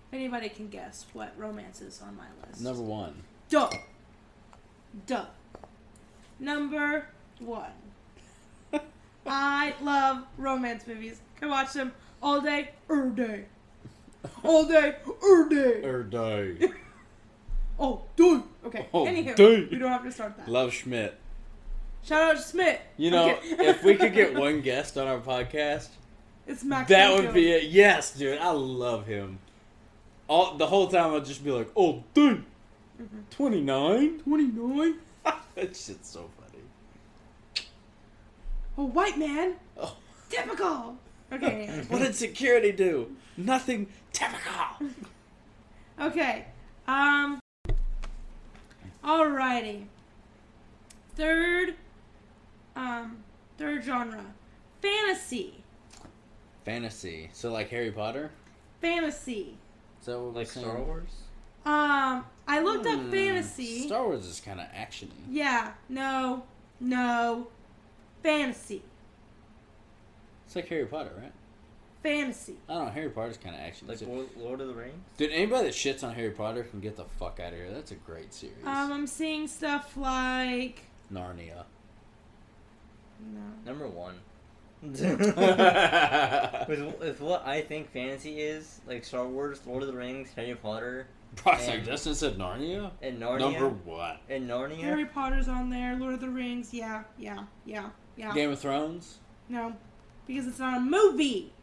Speaker 3: if anybody can guess what romance is on my list.
Speaker 4: Number one.
Speaker 3: Duh. Duh. Number one. I love romance movies. Can watch them all day, er day. All day, er day.
Speaker 4: Er day.
Speaker 3: Oh, dude. Okay.
Speaker 4: All
Speaker 3: Anywho,
Speaker 4: day.
Speaker 3: we don't have to start that.
Speaker 4: Love Schmidt.
Speaker 3: Shout out to Smith.
Speaker 4: You know,
Speaker 3: Okay.
Speaker 4: if we could get one guest on our podcast,
Speaker 3: it's Max.
Speaker 4: that would be it. Yes, dude, I love him. All the whole time I'd just be like, "Oh, dude,
Speaker 3: Mm-hmm.
Speaker 4: 29? 29? that shit's so funny.
Speaker 3: a white man.
Speaker 4: Oh.
Speaker 3: Typical. Okay. anyway.
Speaker 4: What did security do? Nothing. Typical.
Speaker 3: Okay. Um. Alrighty. Third. Um. Third genre, fantasy.
Speaker 4: Fantasy. So like Harry Potter.
Speaker 3: Fantasy.
Speaker 4: So
Speaker 2: Like Star Wars?
Speaker 3: Um. I looked up fantasy.
Speaker 4: Hmm, Star Wars is kind of actiony.
Speaker 3: yeah. No. No. Fantasy.
Speaker 4: It's like Harry Potter, right?
Speaker 3: Fantasy.
Speaker 4: I don't know. Harry Potter's kind of action.
Speaker 2: Like Lord Lord of the Rings?
Speaker 4: Dude, anybody that shits on Harry Potter can get the fuck out of here. That's a great series.
Speaker 3: Um. I'm seeing stuff like.
Speaker 4: Narnia.
Speaker 3: No.
Speaker 2: Number one.
Speaker 4: Brock's
Speaker 2: with, with what I think fantasy is, like Star Wars, Lord of the Rings, Harry Potter,
Speaker 4: like,
Speaker 2: And-
Speaker 4: Justin said Narnia?
Speaker 2: and Narnia.
Speaker 4: Number what?
Speaker 2: and Narnia.
Speaker 3: Harry Potter's on there. Lord of the Rings. Yeah. Yeah. Yeah. Yeah.
Speaker 4: Game of Thrones?
Speaker 3: No. Because it's not a movie.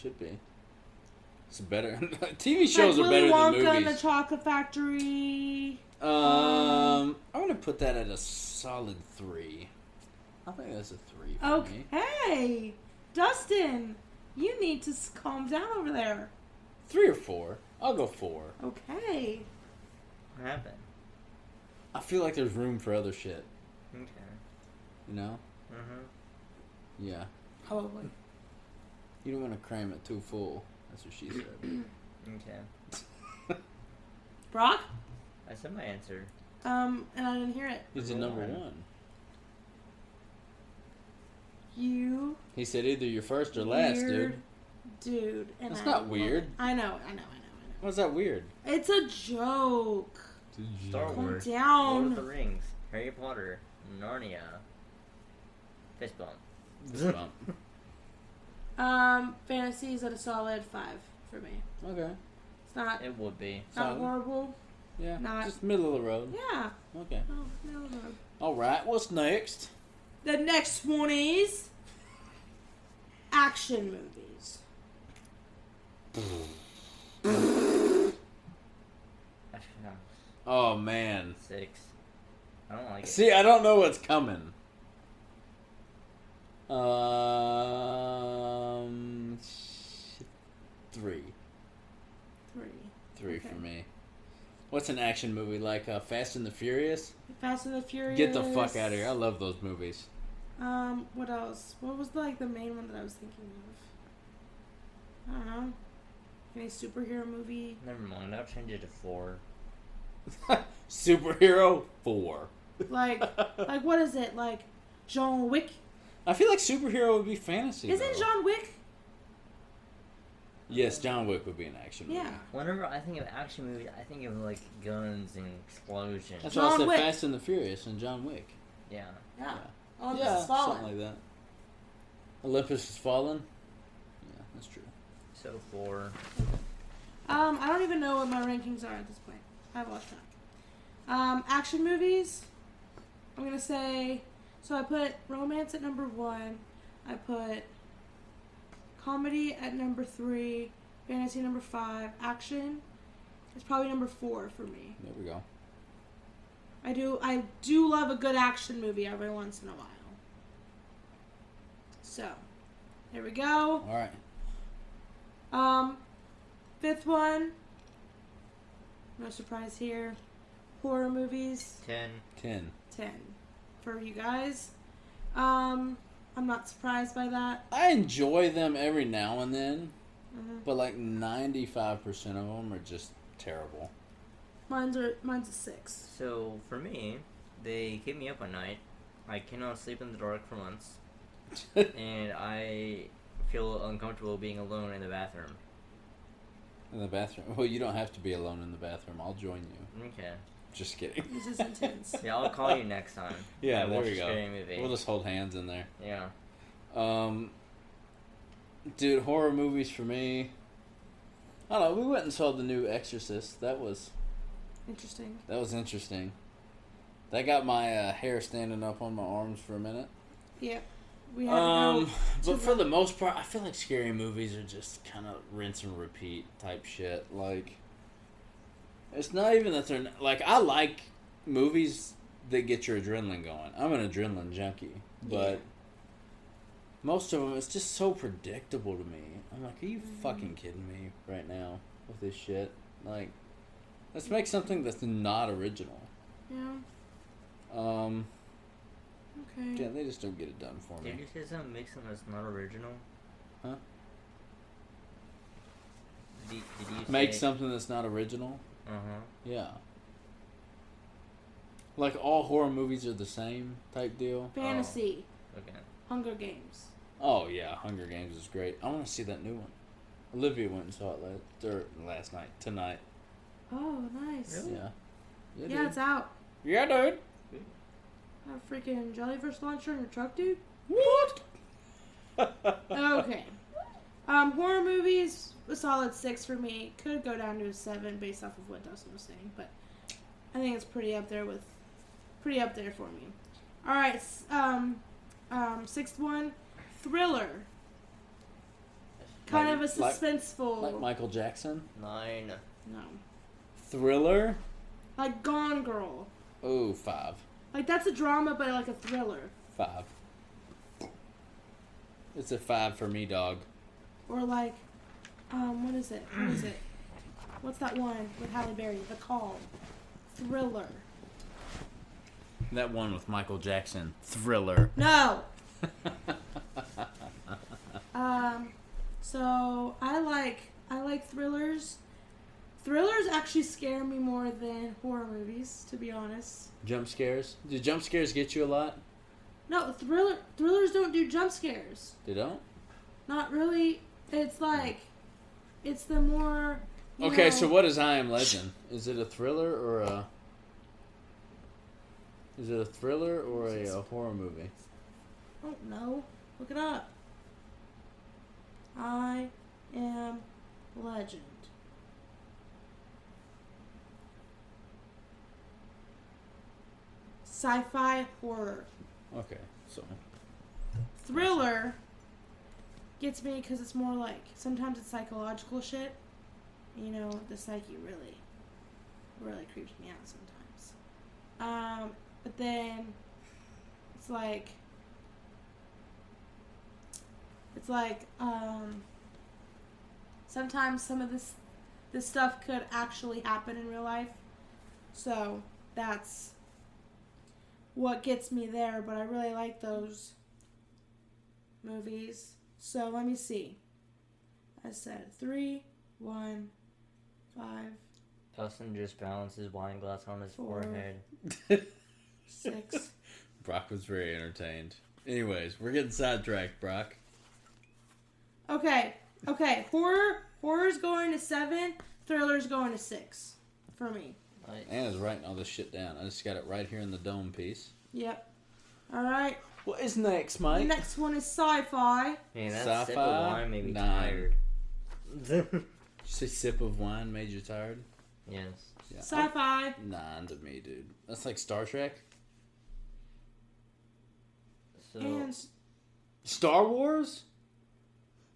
Speaker 4: Should be. It's better. TV shows
Speaker 3: like
Speaker 4: are
Speaker 3: Willy
Speaker 4: better
Speaker 3: Wonka
Speaker 4: than
Speaker 3: and the
Speaker 4: movies.
Speaker 3: Chocolate Factory.
Speaker 4: um, I'm going to put that at a solid three. I think that's a three for
Speaker 3: Okay.
Speaker 4: me.
Speaker 3: Oh, Hey, Dustin, you need to s- calm down over there.
Speaker 4: Three or four. I'll go four.
Speaker 3: Okay.
Speaker 2: What happened?
Speaker 4: I feel like there's room for other shit,
Speaker 2: Okay.
Speaker 4: you know?
Speaker 2: Mm-hmm.
Speaker 4: Yeah.
Speaker 3: Probably.
Speaker 4: You don't want to cram it too full. That's what she said.
Speaker 2: Okay.
Speaker 3: Brock?
Speaker 2: I said my answer.
Speaker 3: Um, and I didn't hear it.
Speaker 4: He's a number one.
Speaker 3: You
Speaker 4: He said either you're first or last, dude.
Speaker 3: weird dude. And
Speaker 4: That's
Speaker 3: I
Speaker 4: not
Speaker 3: love
Speaker 4: weird.
Speaker 3: it. I know, I know, I
Speaker 4: Why's that weird?
Speaker 3: know, I know. It's a joke.
Speaker 2: Star
Speaker 3: Calm
Speaker 2: Wars, Lord of the
Speaker 3: down.
Speaker 2: Rings, Harry Potter, Narnia. Fist bump.
Speaker 4: Bump.
Speaker 3: Um, fantasy is at a solid five for me.
Speaker 4: Okay.
Speaker 3: It's not
Speaker 2: It would be.
Speaker 3: not
Speaker 4: solid.
Speaker 3: horrible.
Speaker 4: Yeah.
Speaker 3: Not-
Speaker 4: Just middle of the road.
Speaker 3: Yeah.
Speaker 4: Okay.
Speaker 3: Oh, no, no.
Speaker 4: All right. What's next?
Speaker 3: The next one is action movies.
Speaker 4: Oh man.
Speaker 2: Six. I don't like it.
Speaker 4: See, I don't know what's coming. Um, sh- three,
Speaker 3: Three.
Speaker 4: three for
Speaker 3: Okay.
Speaker 4: me. What's an action movie like uh, Fast and the Furious?
Speaker 3: Fast and the Furious.
Speaker 4: Get the fuck out of here! I love those movies.
Speaker 3: Um, what else? What was like the main one that I was thinking of? I don't know. Any superhero movie?
Speaker 2: Never mind. I'll change it to four.
Speaker 4: Superhero four.
Speaker 3: Like, like what is it? Like John Wick?
Speaker 4: I feel like superhero would be fantasy.
Speaker 3: Isn't
Speaker 4: though.
Speaker 3: John Wick?
Speaker 4: Yes, John Wick would be an action movie.
Speaker 3: Yeah.
Speaker 2: Whenever I think of action movies, I think of like guns and explosions.
Speaker 4: That's why I
Speaker 3: John
Speaker 4: said
Speaker 3: Wick.
Speaker 4: Fast and the Furious and John Wick.
Speaker 2: Yeah.
Speaker 3: Yeah.
Speaker 4: Yeah.
Speaker 3: Oh, this
Speaker 4: yeah,
Speaker 3: is fallen.
Speaker 4: something like that. Olympus has fallen. Yeah, that's true.
Speaker 2: So four.
Speaker 3: Um, I don't even know what my rankings are at this point. I've lost track. Um, action movies. I'm gonna say. So I put romance at number one. I put comedy at number three. Fantasy number five. Action is probably number four for me.
Speaker 4: There we go.
Speaker 3: I do I do love a good action movie every once in a while. So, there we go.
Speaker 4: All right.
Speaker 3: Um, fifth one. No surprise here. Horror movies,
Speaker 2: Ten.
Speaker 4: Ten.
Speaker 3: ten for you guys. Um, I'm not surprised by that.
Speaker 4: I enjoy them every now and then,
Speaker 3: Mhm.
Speaker 4: but like 95% of them are just terrible.
Speaker 3: Mine's are mine's a six.
Speaker 2: So for me, they keep me up at night. I cannot sleep in the dark for months, and I feel uncomfortable being alone in the bathroom.
Speaker 4: in the bathroom. Well, you don't have to be alone in the bathroom. I'll join you.
Speaker 2: Okay.
Speaker 4: Just kidding.
Speaker 3: This is intense.
Speaker 2: Yeah, I'll call you next time.
Speaker 4: Yeah,
Speaker 2: I'll
Speaker 4: there
Speaker 2: watch
Speaker 4: we
Speaker 2: a
Speaker 4: go.
Speaker 2: Scary movie.
Speaker 4: We'll just hold hands in there.
Speaker 2: Yeah.
Speaker 4: Um, dude, horror movies for me. I don't know. We went and saw the new Exorcist. That was
Speaker 3: Interesting.
Speaker 4: that was interesting. That got my uh, hair standing up on my arms for a minute.
Speaker 3: Yep. We had to
Speaker 4: Um,
Speaker 3: go to
Speaker 4: but for the most part, I feel like scary movies are just kind of rinse and repeat type shit. Like, it's not even that they're not, like I like movies that get your adrenaline going. I'm an adrenaline junkie, but
Speaker 3: Yeah.
Speaker 4: most of them it's just so predictable to me. I'm like, are you
Speaker 3: Mm-hmm.
Speaker 4: fucking kidding me right now with this shit? Like, let's make something that's not original.
Speaker 3: Yeah.
Speaker 4: Um,
Speaker 3: Okay.
Speaker 4: yeah, they just don't get it done for me.
Speaker 2: Did you say something makes something that's not original?
Speaker 4: Huh?
Speaker 2: Did, did you
Speaker 4: Make
Speaker 2: say,
Speaker 4: something that's not original.
Speaker 2: Uh huh.
Speaker 4: Yeah. Like all horror movies are the same type deal.
Speaker 3: Fantasy.
Speaker 2: Okay.
Speaker 3: Hunger Games.
Speaker 4: Oh yeah, Hunger Games is great. I want to see that new one. Olivia went and saw it last or last night, tonight.
Speaker 3: Oh, nice.
Speaker 2: Really?
Speaker 4: Yeah. Yeah,
Speaker 3: Yeah,
Speaker 4: dude.
Speaker 3: it's out.
Speaker 4: Yeah, dude.
Speaker 3: A freaking jellyfish launcher in your truck, dude.
Speaker 4: What?
Speaker 3: Okay. Um, horror movies, a solid six for me. Could go down to a seven based off of what Dustin was saying, but I think it's pretty up there with, pretty up there for me. All right. s- Um, um, sixth one, thriller. Kind
Speaker 4: Like-
Speaker 3: of a
Speaker 4: like-
Speaker 3: suspenseful.
Speaker 4: Like Michael Jackson.
Speaker 2: Nine.
Speaker 3: no.
Speaker 4: Thriller.
Speaker 3: Like Gone Girl.
Speaker 4: Oh, five,
Speaker 3: Like that's a drama, but like a thriller.
Speaker 4: five. It's a five for me, dog.
Speaker 3: Or like, um, what is it? What is it? What's that one with Halle Berry? The Call. Thriller.
Speaker 4: That one with Michael Jackson. Thriller.
Speaker 3: No. um, so I like I like thrillers. Thrillers actually scare me more than horror movies, to be honest.
Speaker 4: Jump scares. Do jump scares get you a lot?
Speaker 3: No, thriller thrillers don't do jump scares.
Speaker 4: They don't.
Speaker 3: Not really. It's like, it's the more. you
Speaker 4: Okay,
Speaker 3: know-
Speaker 4: so what is I Am Legend? Is it a thriller or a? Is it a thriller or a, a horror movie?
Speaker 3: I don't know. Oh, Look it up. I am legend. Sci fi horror.
Speaker 4: Okay, so
Speaker 3: Thriller gets me because it's more like sometimes it's psychological shit. You know, the psyche really, really creeps me out sometimes. Um, but then it's like, it's like, um, sometimes some of this, this stuff could actually happen in real life. So that's what gets me there, but I really like those movies. So let me see. I said three, one, five,
Speaker 2: Dustin just balanced his wine glass on his
Speaker 3: Four.
Speaker 2: forehead.
Speaker 3: six.
Speaker 4: Brock was very entertained. Anyways, we're getting sidetracked, Brock.
Speaker 3: okay, okay. Horror, horror's going to seven. Thriller's going to six for me.
Speaker 2: Like,
Speaker 4: Anna's writing all this shit down. I just got it right here in the dome piece.
Speaker 3: Yep. All right.
Speaker 4: What is next,
Speaker 3: The
Speaker 4: Mike?
Speaker 3: next one is sci-fi.
Speaker 2: man, that sip of
Speaker 4: Sci-fi,
Speaker 2: wine made me
Speaker 4: nine.
Speaker 2: tired.
Speaker 4: you say sip of wine made you tired?
Speaker 2: yes.
Speaker 4: Yeah.
Speaker 3: Sci-fi.
Speaker 4: Nine to me, dude. That's like Star Trek,
Speaker 2: So
Speaker 3: And
Speaker 4: Star Wars.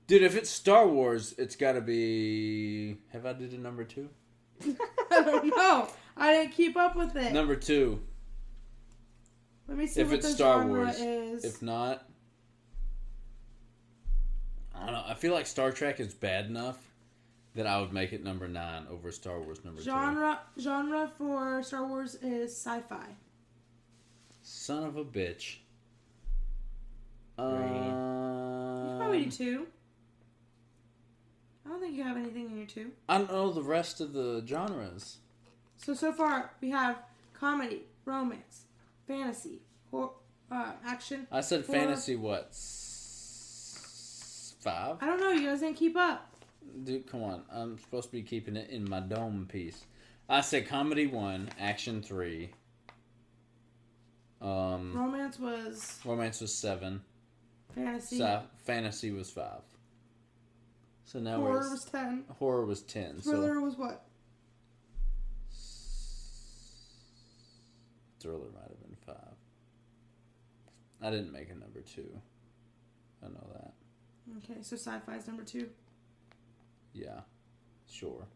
Speaker 4: Dude, if it's Star Wars, it's got to be. Have I did a number two?
Speaker 3: I don't know. I didn't keep up with it.
Speaker 4: Number two.
Speaker 3: Let me see
Speaker 4: if
Speaker 3: what
Speaker 4: it's
Speaker 3: the
Speaker 4: Star
Speaker 3: genre
Speaker 4: Wars,
Speaker 3: is.
Speaker 4: If not, I don't know. I feel like Star Trek is bad enough that I would make it number nine over Star Wars number two.
Speaker 3: genre genre for Star Wars is sci-fi.
Speaker 4: Son of a bitch.
Speaker 3: You probably do
Speaker 4: Um,
Speaker 3: two. I don't think you have anything in your two.
Speaker 4: I don't know the rest of the genres.
Speaker 3: So so far we have comedy, romance, fantasy, hor- Uh, action.
Speaker 4: I said
Speaker 3: Four.
Speaker 4: fantasy what? S- Five?
Speaker 3: I don't know. You guys didn't keep up.
Speaker 4: Dude, come on. I'm supposed to be keeping it in my dome piece. I said comedy one, action three. Um,
Speaker 3: Romance was
Speaker 4: romance was seven.
Speaker 3: fantasy.
Speaker 4: Sci- fantasy was five. So now
Speaker 3: Horror
Speaker 4: we're
Speaker 3: was ten.
Speaker 4: horror was ten.
Speaker 3: Thriller
Speaker 4: So
Speaker 3: was what?
Speaker 4: thriller might have been five. I didn't make a number two. I know that.
Speaker 3: Okay, so sci-fi is number two.
Speaker 4: Yeah, sure.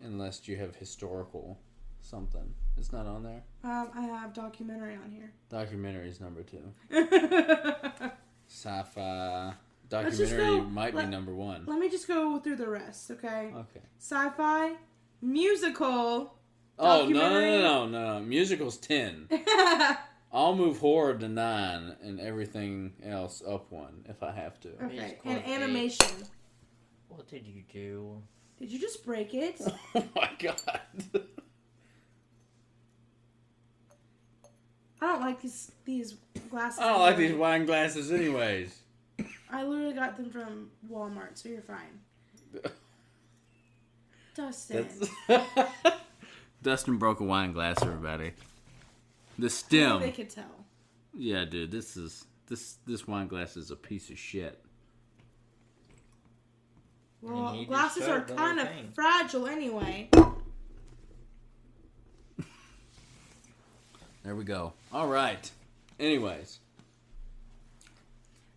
Speaker 4: Unless you have historical something, it's not on there.
Speaker 3: Um, I have documentary on here.
Speaker 4: Documentary is number two.
Speaker 3: Let
Speaker 4: Sci-fi
Speaker 3: Let's just
Speaker 4: documentary
Speaker 3: go-
Speaker 4: might
Speaker 3: let-
Speaker 4: be number one.
Speaker 3: me just go through the rest, okay?
Speaker 4: okay.
Speaker 3: Sci-fi, musical.
Speaker 4: Oh no no
Speaker 3: documentary.
Speaker 4: no no no! Musicals ten. I'll move horror to nine and everything else up one if I have to.
Speaker 3: okay,
Speaker 2: Musical
Speaker 3: and
Speaker 2: is eight.
Speaker 3: animation.
Speaker 2: What did you do?
Speaker 3: Did you just break it?
Speaker 4: oh my god!
Speaker 3: I don't like these these glasses.
Speaker 4: I don't like these wine glasses, anyways.
Speaker 3: I literally got them from Walmart, so you're fine. Dustin.
Speaker 4: That's- Dustin broke a wine glass, everybody. The
Speaker 3: They
Speaker 4: stem.
Speaker 3: could tell.
Speaker 4: Yeah, dude, this is this this wine glass is a piece of shit.
Speaker 2: mean,
Speaker 3: Well,
Speaker 2: he just
Speaker 3: glasses are
Speaker 2: showed the whole
Speaker 3: kind of
Speaker 2: thing.
Speaker 3: fragile anyway.
Speaker 4: There we go. All right. Anyways,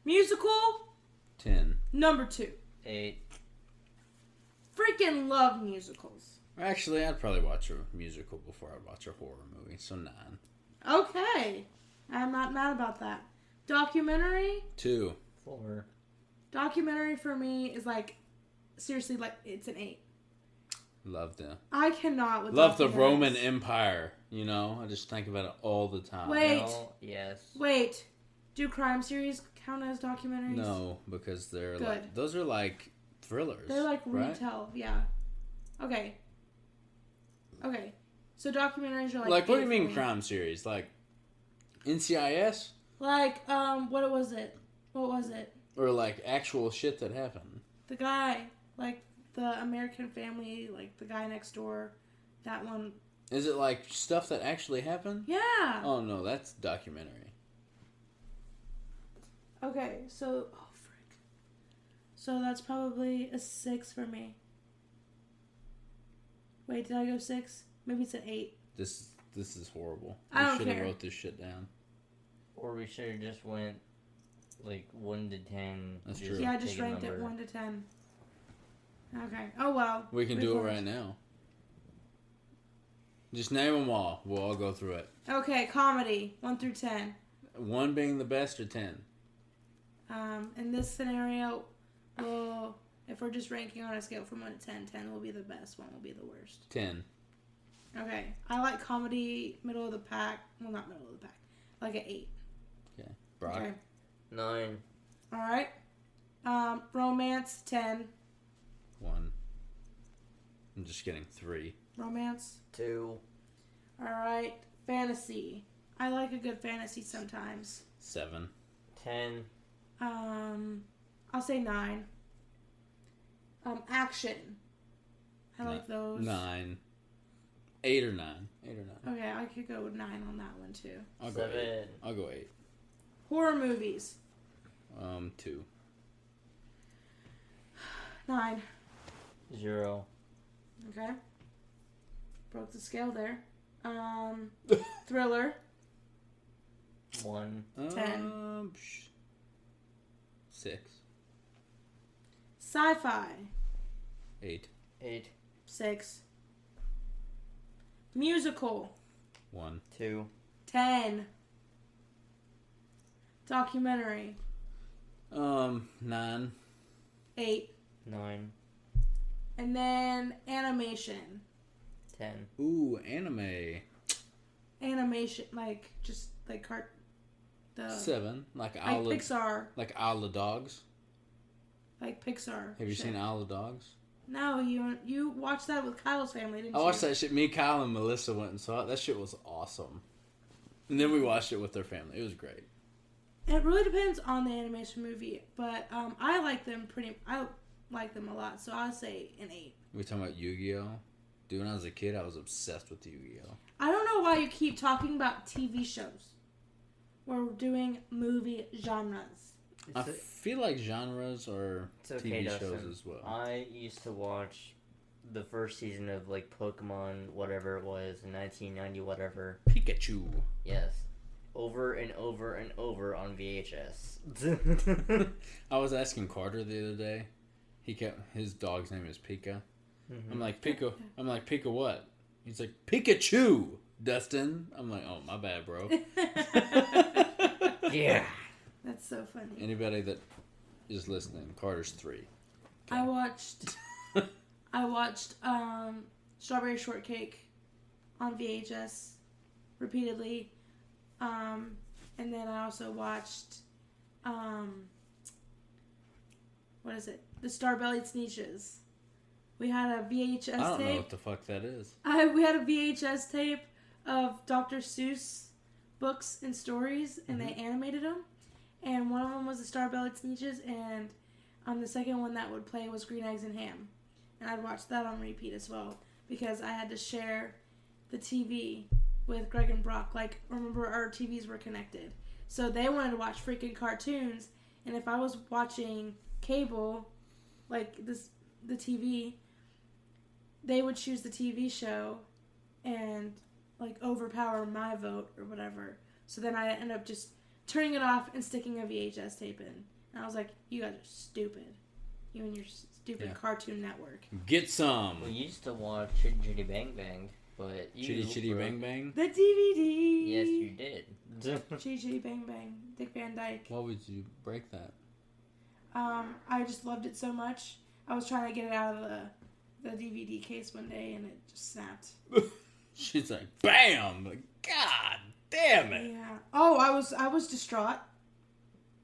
Speaker 3: Musical
Speaker 4: ten.
Speaker 3: number two.
Speaker 2: Eight.
Speaker 3: Freaking love musicals.
Speaker 4: Actually, I'd probably watch a musical before I'd watch a horror movie. So nine,
Speaker 3: Okay, I'm not mad about that. Documentary,
Speaker 4: two.
Speaker 2: Four.
Speaker 3: documentary for me is like seriously like it's an eight.
Speaker 4: Love them.
Speaker 3: I cannot with
Speaker 4: Love the
Speaker 3: documentaries.
Speaker 4: Roman Empire. You know, I just think about it all the time.
Speaker 3: Wait. Eight.
Speaker 2: No, yes.
Speaker 3: Wait, do crime series count as documentaries?
Speaker 4: No, because they're
Speaker 3: Good.
Speaker 4: like those are like thrillers.
Speaker 3: They're like
Speaker 4: right?
Speaker 3: retell, yeah. Okay. Okay. So documentaries are like.
Speaker 4: Like, what do you
Speaker 3: eight
Speaker 4: mean
Speaker 3: for me.
Speaker 4: crime series? Like NCIS
Speaker 3: Like um, what was it? What was it?
Speaker 4: or like actual shit that happened?
Speaker 3: The guy, like the American Family, like the guy next door, that one.
Speaker 4: Is it like stuff that actually happened?
Speaker 3: Yeah.
Speaker 4: Oh no, that's documentary.
Speaker 3: Okay, so oh frick. So that's probably a six for me. Wait, did I go six? Maybe it's an eight.
Speaker 4: This this is horrible.
Speaker 3: I
Speaker 4: We
Speaker 3: don't
Speaker 4: should have
Speaker 3: care.
Speaker 4: wrote this shit down.
Speaker 2: Or we should have just went like one to ten.
Speaker 4: That's
Speaker 2: just
Speaker 4: true.
Speaker 3: Yeah, I just
Speaker 2: pick a
Speaker 3: ranked it
Speaker 2: number.
Speaker 3: one to ten. Okay. Oh well.
Speaker 4: We can do it
Speaker 3: learned.
Speaker 4: right now. Just name them all. We'll all go through it.
Speaker 3: Okay, comedy one through ten.
Speaker 4: One being the best or ten.
Speaker 3: Um, in this scenario, we'll if we're just ranking on a scale from one to 10, 10 will be the best, one will be the worst.
Speaker 4: Ten.
Speaker 3: Okay, I like comedy middle of the pack. Well, not middle of the pack, like an eight.
Speaker 4: Brock.
Speaker 3: Okay.
Speaker 2: Nine.
Speaker 3: All right. Um, romance ten.
Speaker 4: One. I'm just kidding. Three.
Speaker 3: Romance.
Speaker 2: Two.
Speaker 3: All right. Fantasy. I like a good fantasy sometimes.
Speaker 4: Seven.
Speaker 2: Ten.
Speaker 3: Um, I'll say nine. Um, action. I
Speaker 4: Ni-
Speaker 3: like those.
Speaker 4: Nine. Eight or nine. Eight or nine.
Speaker 3: Okay, I could go with nine on that one too.
Speaker 4: I'll go eight.
Speaker 2: seven.
Speaker 4: I'll go eight.
Speaker 3: Horror movies.
Speaker 4: Um, two.
Speaker 3: Nine.
Speaker 2: Zero.
Speaker 3: Okay. Broke the scale there. Um, thriller.
Speaker 2: One.
Speaker 3: Ten.
Speaker 4: Um, psh. six.
Speaker 3: Sci-fi.
Speaker 4: Eight.
Speaker 2: Eight.
Speaker 3: Six. Musical.
Speaker 4: One.
Speaker 2: Two.
Speaker 3: Ten. Documentary.
Speaker 4: Um, nine.
Speaker 3: Eight.
Speaker 2: Nine.
Speaker 3: And then animation.
Speaker 2: Ten.
Speaker 4: Ooh, anime.
Speaker 3: Animation, like just like cart. The
Speaker 4: Seven. Like
Speaker 3: like
Speaker 4: Isle of,
Speaker 3: Pixar,
Speaker 4: like Isle of Dogs.
Speaker 3: like Pixar.
Speaker 4: Have you
Speaker 3: shit.
Speaker 4: seen Isle of Dogs?
Speaker 3: No, you you watched that with Kyle's family, didn't
Speaker 4: I
Speaker 3: you?
Speaker 4: watched that shit. Me, Kyle, and Melissa went and saw it. That shit was awesome. And then we watched it with our family. It was great.
Speaker 3: It really depends on the animation movie, but um, I like them pretty. I like them a lot, so I'll say an eight.
Speaker 4: We talking about Yu Gi Oh. Dude, when I was a kid, I was obsessed with Yu Gi Oh.
Speaker 3: I don't know why you keep talking about TV shows. We're doing movie genres.
Speaker 4: I
Speaker 2: It's,
Speaker 4: feel like genres are
Speaker 2: it's okay, Uh,
Speaker 4: TV
Speaker 2: Dustin.
Speaker 4: shows as well.
Speaker 2: I used to watch the first season of like Pokemon, whatever it was, in 1990, whatever.
Speaker 4: Pikachu.
Speaker 2: Yes, over and over and over on VHS.
Speaker 4: I was asking Carter the other day. He kept his dog's name is Pika.
Speaker 2: Mm-hmm.
Speaker 4: I'm like Pika. I'm like Pika. What? He's like Pikachu. Dustin. I'm like, oh my bad, bro.
Speaker 2: yeah.
Speaker 3: That's so funny.
Speaker 4: Anybody that is listening, Carter's three.
Speaker 3: I watched I watched um Strawberry Shortcake on VHS repeatedly. Um and then I also watched um what is it? The Star-Bellied Sneeches. We had a VHS
Speaker 4: I don't know
Speaker 3: tape.
Speaker 4: what the fuck that is.
Speaker 3: I we had a VHS tape of Dr. Seuss books and stories, and they animated them. And one of them was the Star-Bellied Sneeches, and um, the second one that would play was Green Eggs and Ham. And I'd watch that on repeat as well because I had to share the TV with Greg and Brock. Like, remember our TVs were connected, so they wanted to watch freaking cartoons. And if I was watching cable, like this, the TV, they would choose the TV show and like overpower my vote or whatever. So then I end up just turning it off and sticking a VHS tape in. And I was like, you guys are stupid. You and your s- stupid
Speaker 4: Yeah. Mm.
Speaker 3: Cartoon Network.
Speaker 4: Get some.
Speaker 2: We used to watch Chitty Chitty Bang Bang, but you
Speaker 4: Chitty Chitty
Speaker 2: were-
Speaker 4: Bang Bang.
Speaker 3: The DVD.
Speaker 2: Yes, you did.
Speaker 3: Chitty Chitty Bang Bang. Dick Van Dyke.
Speaker 4: Why would you break that?
Speaker 3: Um, I just loved it so much. I was trying to get it out of the the DVD case one day and it just snapped.
Speaker 4: She's like, bam! Like, God damn it!
Speaker 3: Yeah. Oh, I was I was distraught.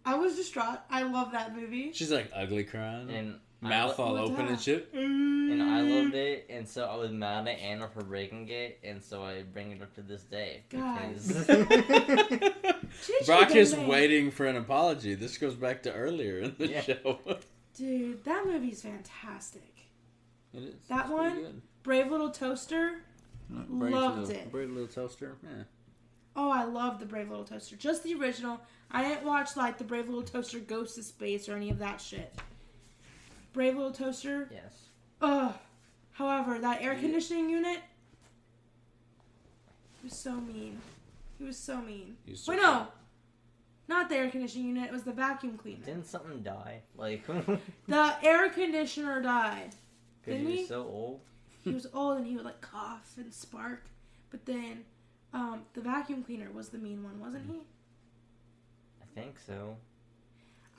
Speaker 3: I was distraught. I love that movie.
Speaker 4: She's like ugly crying,
Speaker 2: and
Speaker 4: mouth
Speaker 2: I lo-
Speaker 4: all
Speaker 3: Well,
Speaker 4: open
Speaker 3: duh.
Speaker 4: and shit.
Speaker 2: and I
Speaker 3: Mm.
Speaker 2: loved it, and so I was mad at Anna for breaking it, and so I bring it up to this day.
Speaker 3: Guys.
Speaker 2: because-
Speaker 3: Chitty Chitty
Speaker 4: Brock
Speaker 3: Bang
Speaker 4: is
Speaker 3: Bang.
Speaker 4: waiting for an apology. This goes back to earlier in the
Speaker 2: Yeah.
Speaker 4: show. it
Speaker 3: Dude, that movie's fantastic.
Speaker 4: is.
Speaker 3: That
Speaker 4: It's pretty
Speaker 3: one?
Speaker 4: good.
Speaker 3: Brave Little Toaster.
Speaker 4: Brave
Speaker 3: Loved
Speaker 4: little,
Speaker 3: it.
Speaker 4: Brave little toaster. Yeah.
Speaker 3: Oh, I love the Brave Little Toaster. Just the original. I didn't watch like the Brave Little Toaster Ghost of Space or any of that shit. Brave Little Toaster.
Speaker 2: yes.
Speaker 3: Ugh. However, that air conditioning unit. He was so mean. He was so mean.
Speaker 4: He's so
Speaker 3: Wait, no. Not the air conditioning unit. It was the vacuum cleaner.
Speaker 2: Didn't something die? Like,
Speaker 3: The air conditioner died.
Speaker 2: because
Speaker 3: Didn't
Speaker 2: he
Speaker 3: he?
Speaker 2: was so old.
Speaker 3: he was old and he would like cough and spark. But then um, the vacuum cleaner was the mean one, wasn't he?
Speaker 2: I think so.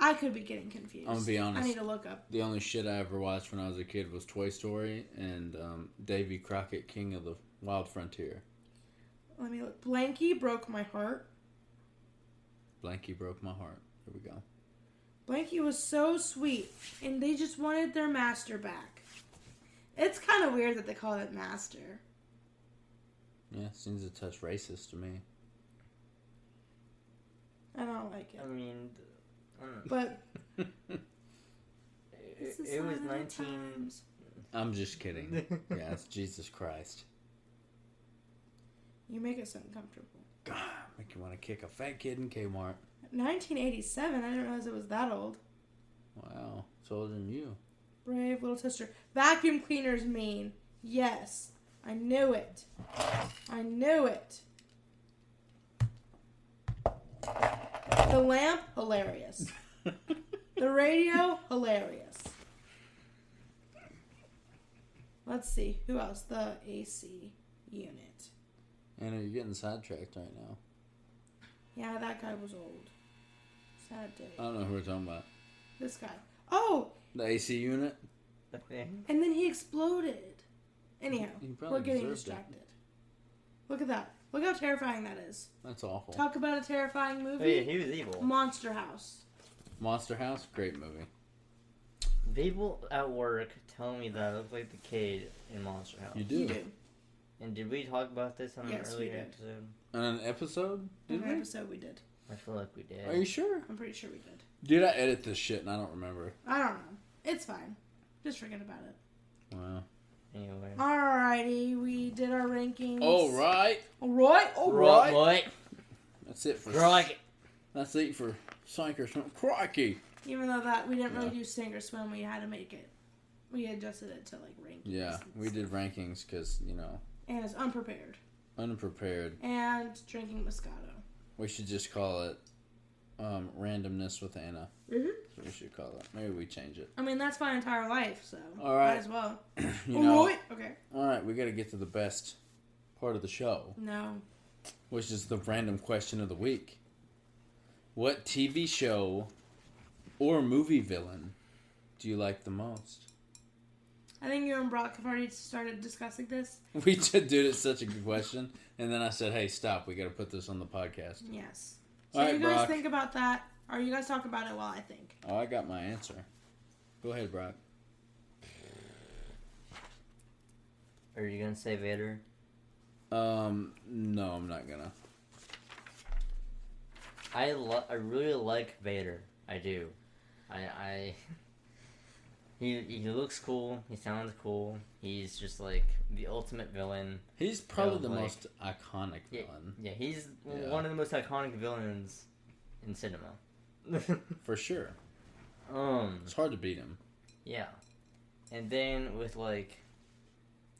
Speaker 3: I could be getting confused.
Speaker 4: I'm gonna be honest.
Speaker 3: I need to look up.
Speaker 4: The only shit I ever watched when I was a kid was Toy Story and um, Davy Crockett, King of the Wild Frontier.
Speaker 3: Let me look. Blanky broke my heart.
Speaker 4: Blanky broke my heart. Here we go.
Speaker 3: Blanky was so sweet, and they just wanted their master back. It's kind of weird that they call it master.
Speaker 4: Yeah, seems a touch racist to me.
Speaker 3: I don't like it.
Speaker 2: I mean, th- I don't know.
Speaker 3: But
Speaker 2: it,
Speaker 3: it's the
Speaker 2: it was
Speaker 3: sign of the
Speaker 2: 19.
Speaker 3: times.
Speaker 4: I'm just kidding. yeah, it's Jesus Christ.
Speaker 3: You make us uncomfortable.
Speaker 4: God, make you want to kick a fat kid in Kmart.
Speaker 3: 1987. I didn't realize it was that old.
Speaker 4: Wow, it's older than you.
Speaker 3: Brave little toaster. Vacuum cleaners mean. Yes. I knew it. I knew it. The lamp, hilarious. the radio, hilarious. Let's see. Who else? The AC unit.
Speaker 4: Anna, you're getting sidetracked right now.
Speaker 3: Yeah, that guy was old. Sad day.
Speaker 4: I don't know who we're talking about.
Speaker 3: This guy. Oh,
Speaker 4: The AC unit?
Speaker 2: Okay.
Speaker 3: And then he exploded. Anyhow,
Speaker 4: He probably
Speaker 3: we're getting
Speaker 4: deserved it.
Speaker 3: distracted. Look at that. Look how terrifying that is.
Speaker 4: That's awful.
Speaker 3: Talk about a terrifying
Speaker 2: Oh,
Speaker 3: movie.
Speaker 2: yeah, he was evil.
Speaker 3: Monster House.
Speaker 4: Monster House, great movie.
Speaker 2: People at work tell me that I look like the kid in Monster House.
Speaker 4: You
Speaker 3: You
Speaker 4: do.
Speaker 3: do.
Speaker 2: And did we talk about this on
Speaker 3: Yes,
Speaker 2: an
Speaker 3: we
Speaker 2: earlier
Speaker 3: did.
Speaker 2: episode?
Speaker 4: On an episode?
Speaker 3: In
Speaker 4: Did
Speaker 3: an
Speaker 4: we?
Speaker 3: episode we did.
Speaker 2: I feel like we did.
Speaker 4: Are you sure?
Speaker 3: I'm pretty sure we did.
Speaker 4: Dude, I edit this shit and I don't remember.
Speaker 3: I don't know. It's fine. Just forget about it.
Speaker 4: Wow.
Speaker 2: Anyway.
Speaker 3: Alrighty, we did our rankings.
Speaker 4: All right.
Speaker 3: Alright,
Speaker 2: Right,
Speaker 3: alright.
Speaker 2: boy.
Speaker 4: That's it for.
Speaker 2: Crikey.
Speaker 4: That's it for Sonic or Swim. Crikey.
Speaker 3: Even though that we didn't really
Speaker 4: Yeah.
Speaker 3: do sink or swim, we had to make it. We adjusted it to like rankings.
Speaker 4: Yeah,
Speaker 3: and
Speaker 4: we
Speaker 3: stuff.
Speaker 4: did rankings because you know
Speaker 3: And it's unprepared.
Speaker 4: unprepared.
Speaker 3: And drinking Moscato.
Speaker 4: We should just call it um, randomness with Anna.
Speaker 3: Mm-hmm.
Speaker 4: That's what we should call it. Maybe we change it.
Speaker 3: I mean, that's my entire life, so.
Speaker 4: All right.
Speaker 3: Might as well.
Speaker 4: You know.
Speaker 3: Alright, Okay.
Speaker 4: All right, we got to get to the best part of the show,
Speaker 3: No.
Speaker 4: which is the random question of the week. What TV show or movie villain do you like the most?
Speaker 3: I think you and Brock have already started discussing this.
Speaker 4: We did, dude. It's such a good question. And then I said, "Hey, stop! We got to put this on the podcast."
Speaker 3: Yes. So
Speaker 4: All right,
Speaker 3: you guys
Speaker 4: Brock.
Speaker 3: think about that, or you guys talk about it while I think.
Speaker 4: Oh, I got my answer. Go ahead, Brock.
Speaker 2: Are you gonna say Vader?
Speaker 4: Um, no, I'm not gonna.
Speaker 2: I lo- I really like Vader. I do. I I. He he looks cool. He sounds cool. He's just like the ultimate villain.
Speaker 4: He's probably
Speaker 2: Oh,
Speaker 4: the
Speaker 2: like-
Speaker 4: most iconic
Speaker 2: Yeah,
Speaker 4: villain
Speaker 2: yeah he's
Speaker 4: Yeah.
Speaker 2: one of the most iconic villains in cinema.
Speaker 4: for sure.
Speaker 2: um.
Speaker 4: It's hard to beat him.
Speaker 2: Yeah. And then with like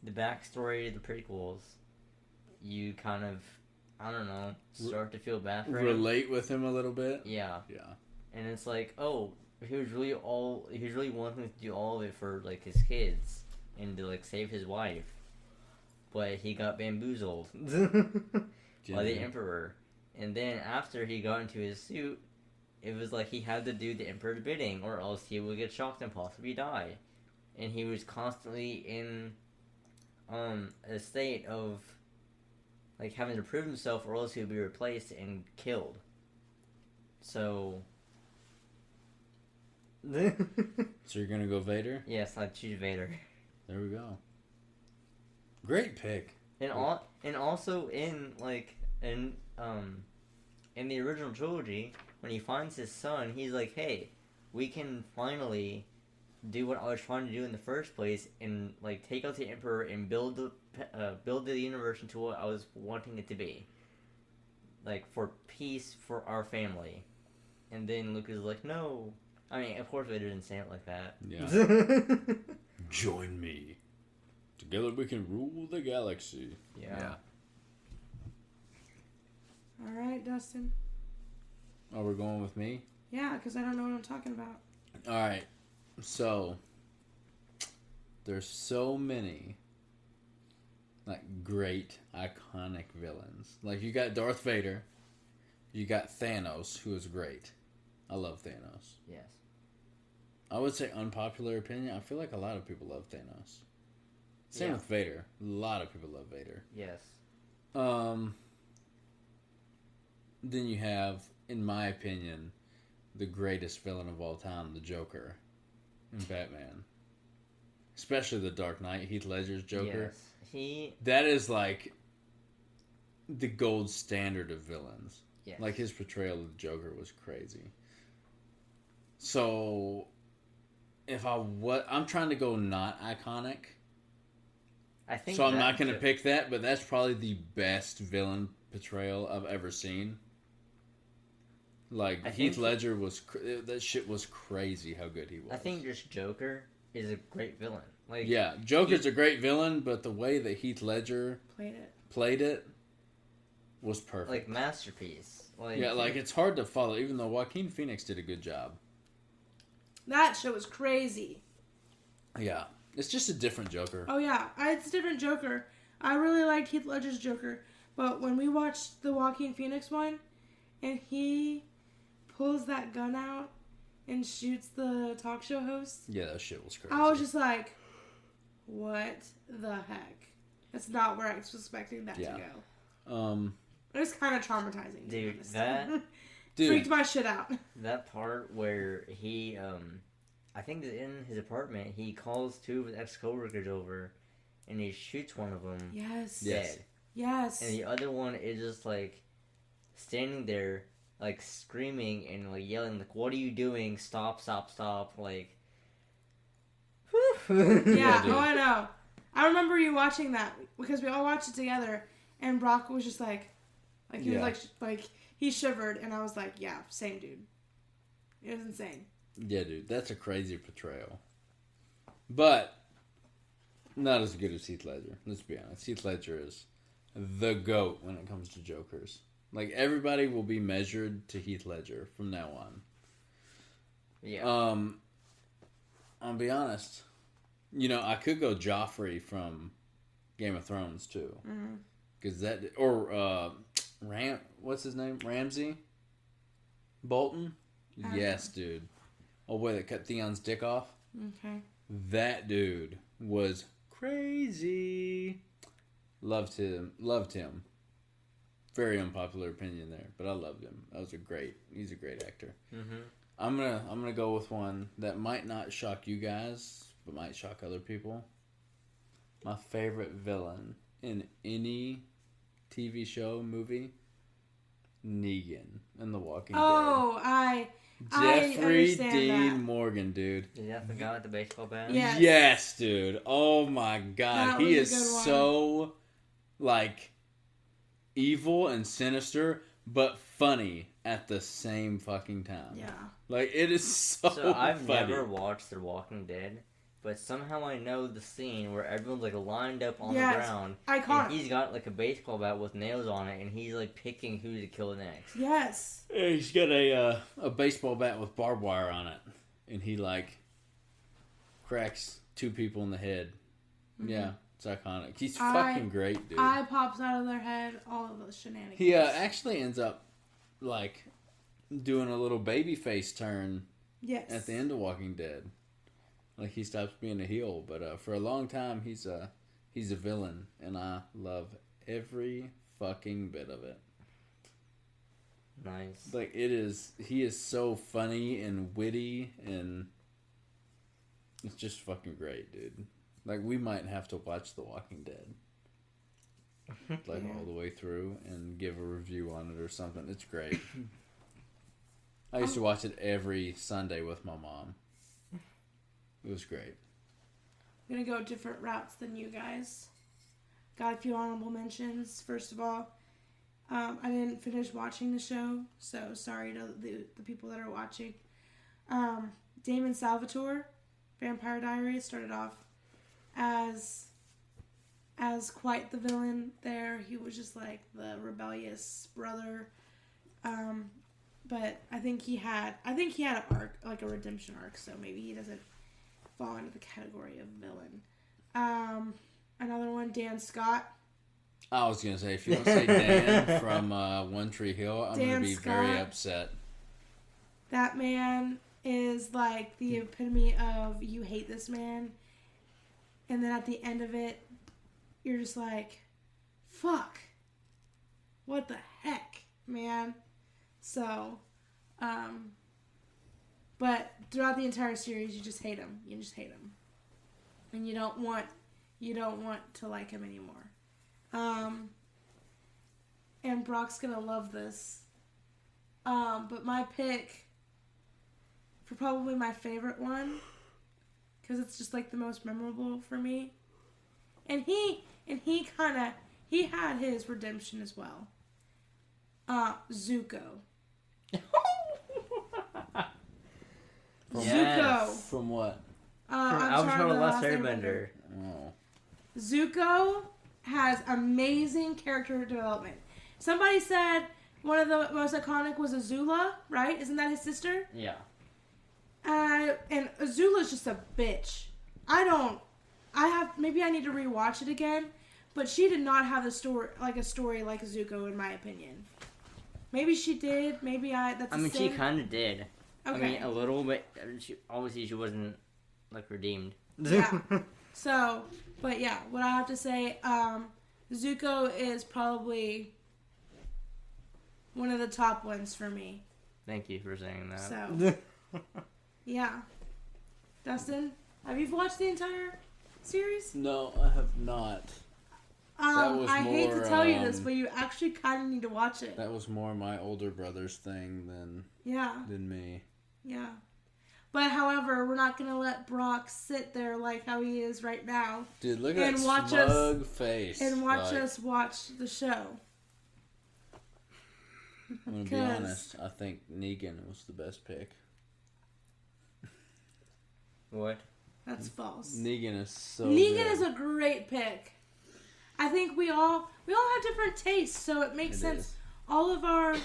Speaker 2: the backstory of the prequels, you kind of I don't know,
Speaker 4: Re-
Speaker 2: start to feel bad for him.
Speaker 4: Relate with him a little bit.
Speaker 2: Yeah.
Speaker 4: Yeah.
Speaker 2: And it's like, oh, he was really all he was really wanting to do all of it for like his kids and to like save his wife. But he got bamboozled by the
Speaker 4: Jimmy.
Speaker 2: Emperor. And then after he got into his suit, it was like he had to do the Emperor's bidding, or else he would get shocked and possibly die. And he was constantly in um, a state of like having to prove himself, or else he would be replaced and killed. So.
Speaker 4: so you're gonna go Vader?
Speaker 2: yes, I choose Vader.
Speaker 4: There we go. Great pick.
Speaker 2: And
Speaker 4: Yeah.
Speaker 2: all and also in like in um in the original trilogy, when he finds his son, he's like, Hey, we can finally do what I was trying to do in the first place and like take out the emperor and build the pe- uh, build the universe into what I was wanting it to be. Like for peace for our family. And then Luke is like, No I mean of course Vader didn't say it like that.
Speaker 4: Join me. Together we can rule the galaxy.
Speaker 2: yeah.
Speaker 3: All right, Dustin.
Speaker 4: Oh, we're going with me.
Speaker 3: Yeah, because I don't know what I'm talking about.
Speaker 4: All right. So there's so many like great iconic villains. Like you got Darth Vader, you got Thanos, who is great. I love Thanos.
Speaker 2: Yes.
Speaker 4: I would say unpopular opinion. I feel like a lot of people love Thanos. Same
Speaker 2: Yeah.
Speaker 4: with Vader. A lot of people love Vader.
Speaker 2: Yes.
Speaker 4: Um. Then you have, in my opinion, the greatest villain of all time, the Joker, in Batman. Especially the Dark Knight, Heath Ledger's Joker.
Speaker 2: Yes. He
Speaker 4: That is like the gold standard of villains.
Speaker 2: yes.
Speaker 4: Like his portrayal of the Joker was crazy. So, if I what I'm trying to go not iconic,
Speaker 2: I think
Speaker 4: so I'm
Speaker 2: that
Speaker 4: not going to
Speaker 2: too.
Speaker 4: pick that, but that's probably the best villain portrayal I've ever seen. Like
Speaker 2: I
Speaker 4: Heath
Speaker 2: think-
Speaker 4: Ledger was cr- uh, that shit was crazy how good he was.
Speaker 2: I think just Joker is a great villain. Like
Speaker 4: yeah, Joker's a great villain, but the way that Heath Ledger
Speaker 3: Played it.
Speaker 4: played it was
Speaker 2: like
Speaker 4: perfect.
Speaker 2: masterpiece. Like
Speaker 4: yeah, like it's hard to follow, even though Joaquin Phoenix did a good job.
Speaker 3: That shit was crazy.
Speaker 4: Yeah, it's just a different Joker.
Speaker 3: Oh yeah, I, it's a different Joker. I really liked Heath Ledger's Joker, but when we watched the Joaquin Phoenix one, and he pulls that gun out and shoots the talk show host,
Speaker 4: Yeah, that shit was crazy.
Speaker 3: I was just like, "What the heck?" That's not where I was expecting that
Speaker 4: Yeah.
Speaker 3: to go.
Speaker 4: um,
Speaker 3: It was kind of traumatizing, to be
Speaker 2: Dude,
Speaker 3: honest.
Speaker 2: that-
Speaker 3: freaked
Speaker 4: dude,
Speaker 3: my shit out.
Speaker 2: that part where he um I think that in his apartment he calls two of his ex coworkers over and he shoots one of them
Speaker 3: Yes.
Speaker 4: Yes.
Speaker 2: dead,
Speaker 3: Yes.
Speaker 2: and the other one is just like standing there, like screaming and like yelling, like "What are you doing? Stop! Stop! Stop!" Like.
Speaker 3: yeah,
Speaker 4: dude.
Speaker 3: oh, I know. I remember you watching that because we all watched it together, and Brock was just like, like he
Speaker 4: Yeah.
Speaker 3: was like, sh- like he shivered, and I was like, yeah, same dude. It was insane.
Speaker 4: Yeah, dude, that's a crazy portrayal. But not as good as Heath Ledger. Let's be honest. Heath Ledger is the goat when it comes to Jokers. Like everybody will be measured to Heath Ledger from now on.
Speaker 2: Yeah.
Speaker 4: Um, I'll be honest. You know, I could go Joffrey from Game of Thrones too, because that or uh, Ram. What's his name? Ramsey Bolton.
Speaker 3: Uh-huh.
Speaker 4: Yes, dude. Oh boy, that cut Theon's dick off.
Speaker 3: Okay.
Speaker 4: That dude was crazy. Loved him. Loved him. Very unpopular opinion there, but I loved him. That was a great. He's a great actor.
Speaker 2: hmm
Speaker 4: I'm gonna I'm gonna go with one that might not shock you guys, but might shock other people. My favorite villain in any TV show movie, Negan in The Walking
Speaker 3: Oh, I
Speaker 4: Dead.
Speaker 3: I
Speaker 4: Jeffrey
Speaker 3: understand
Speaker 4: Dean
Speaker 3: that.
Speaker 4: Morgan, dude.
Speaker 2: Yeah, the guy with the baseball bat.
Speaker 3: Yeah.
Speaker 4: Yes.
Speaker 3: Yes.
Speaker 4: dude. Oh my
Speaker 3: That
Speaker 4: god, he is
Speaker 3: was a good one.
Speaker 4: so like evil and sinister, but funny at the same fucking time.
Speaker 3: yeah.
Speaker 4: Like it is so.
Speaker 2: So I've
Speaker 4: funny.
Speaker 2: never watched The Walking Dead, but somehow I know the scene where everyone's like lined up on
Speaker 3: Yes.
Speaker 2: the ground,
Speaker 3: Iconic.
Speaker 2: and he's got like a baseball bat with nails on it, and he's like picking who to kill next.
Speaker 3: Yes.
Speaker 4: Yeah, he's got a uh, a baseball bat with barbed wire on it, and he like cracks two people in the head. Yeah, it's iconic. He's
Speaker 3: Mm-hmm. I-
Speaker 4: fucking great, dude.
Speaker 3: Eye pops out of their head. All of those shenanigans.
Speaker 4: he uh, actually ends up like doing a little baby face turn
Speaker 3: yes.
Speaker 4: at the end of Walking Dead. Like he stops being a heel, but uh, for a long time he's a he's a villain, and I love every fucking bit of it.
Speaker 2: Nice.
Speaker 4: like it is he is so funny and witty and it's just fucking great dude like we might have to watch the walking dead like all the way through and give a review on it or something it's great i used to
Speaker 3: Um,
Speaker 4: watch it every sunday with my mom it was great
Speaker 3: I'm gonna go different routes than you guys. Got a few honorable mentions. First of all, um, I didn't finish watching the show, so sorry to the, the people that are watching. Um, Damon Salvatore, Vampire Diaries, started off as as quite the villain. There, he was just like the rebellious brother. Um, but I think he had I think he had an arc, like a redemption arc. So maybe he doesn't fall into the category of villain. Um, another one, Dan Scott.
Speaker 4: i was gonna say if you don't say dan from uh, one tree hill i'm
Speaker 3: Dan
Speaker 4: gonna be very
Speaker 3: Scott.
Speaker 4: upset
Speaker 3: That man is like the epitome of you hate this man, and then at the end of it, you're just like, fuck, what the heck, man. So, um, but throughout the entire series, you just hate him. You just hate him, and you don't want you don't want to like him anymore. Um, and Brock's gonna love this. Um, but my pick for probably my favorite one, because it's just like the most memorable for me. And he and he kind of he had his redemption as well. Uh, Zuko.
Speaker 2: Yes.
Speaker 4: from what
Speaker 3: Uh,
Speaker 2: From Avatar: The Last
Speaker 3: Airbender.
Speaker 2: Airbender.
Speaker 4: oh
Speaker 3: Zuko has amazing character development. Somebody said one of the most iconic was Azula, right? Isn't that his sister?
Speaker 2: Yeah.
Speaker 3: Uh, and Azula's just a bitch. I don't. I have. Maybe I need to rewatch it again. But she did not have a story like a story like Zuko, in my opinion. Maybe she did. Maybe I. That's.
Speaker 2: I
Speaker 3: a
Speaker 2: mean, she
Speaker 3: sin.
Speaker 2: kind of did.
Speaker 3: Okay.
Speaker 2: I mean, a little bit. I mean, She, obviously, she wasn't like redeemed.
Speaker 3: Yeah. So, but yeah, what I have to say, um, Zuko is probably one of the top ones for me.
Speaker 2: Thank you for saying that.
Speaker 3: So, yeah. Dustin, have you watched the entire series?
Speaker 4: No, I have not. That
Speaker 3: Um,
Speaker 4: was
Speaker 3: I hate to
Speaker 4: more,
Speaker 3: tell you this,
Speaker 4: um,
Speaker 3: but you actually kind of need to watch it.
Speaker 4: That was more my older brother's thing than
Speaker 3: yeah,
Speaker 4: than me.
Speaker 3: yeah. But however, we're not gonna let Brock sit there like how he is right now
Speaker 4: Dude, look at
Speaker 3: And
Speaker 4: that
Speaker 3: watch us-
Speaker 4: smug face.
Speaker 3: and watch
Speaker 4: Like,
Speaker 3: us watch the show.
Speaker 4: I'm gonna be
Speaker 3: 'cause-
Speaker 4: honest. I think Negan was the best pick.
Speaker 2: What?
Speaker 3: That's false.
Speaker 4: Negan is so.
Speaker 3: Negan
Speaker 4: good.
Speaker 3: is a great pick. I think we all we all have different tastes, so it makes
Speaker 4: It
Speaker 3: sense.
Speaker 4: is.
Speaker 3: All of our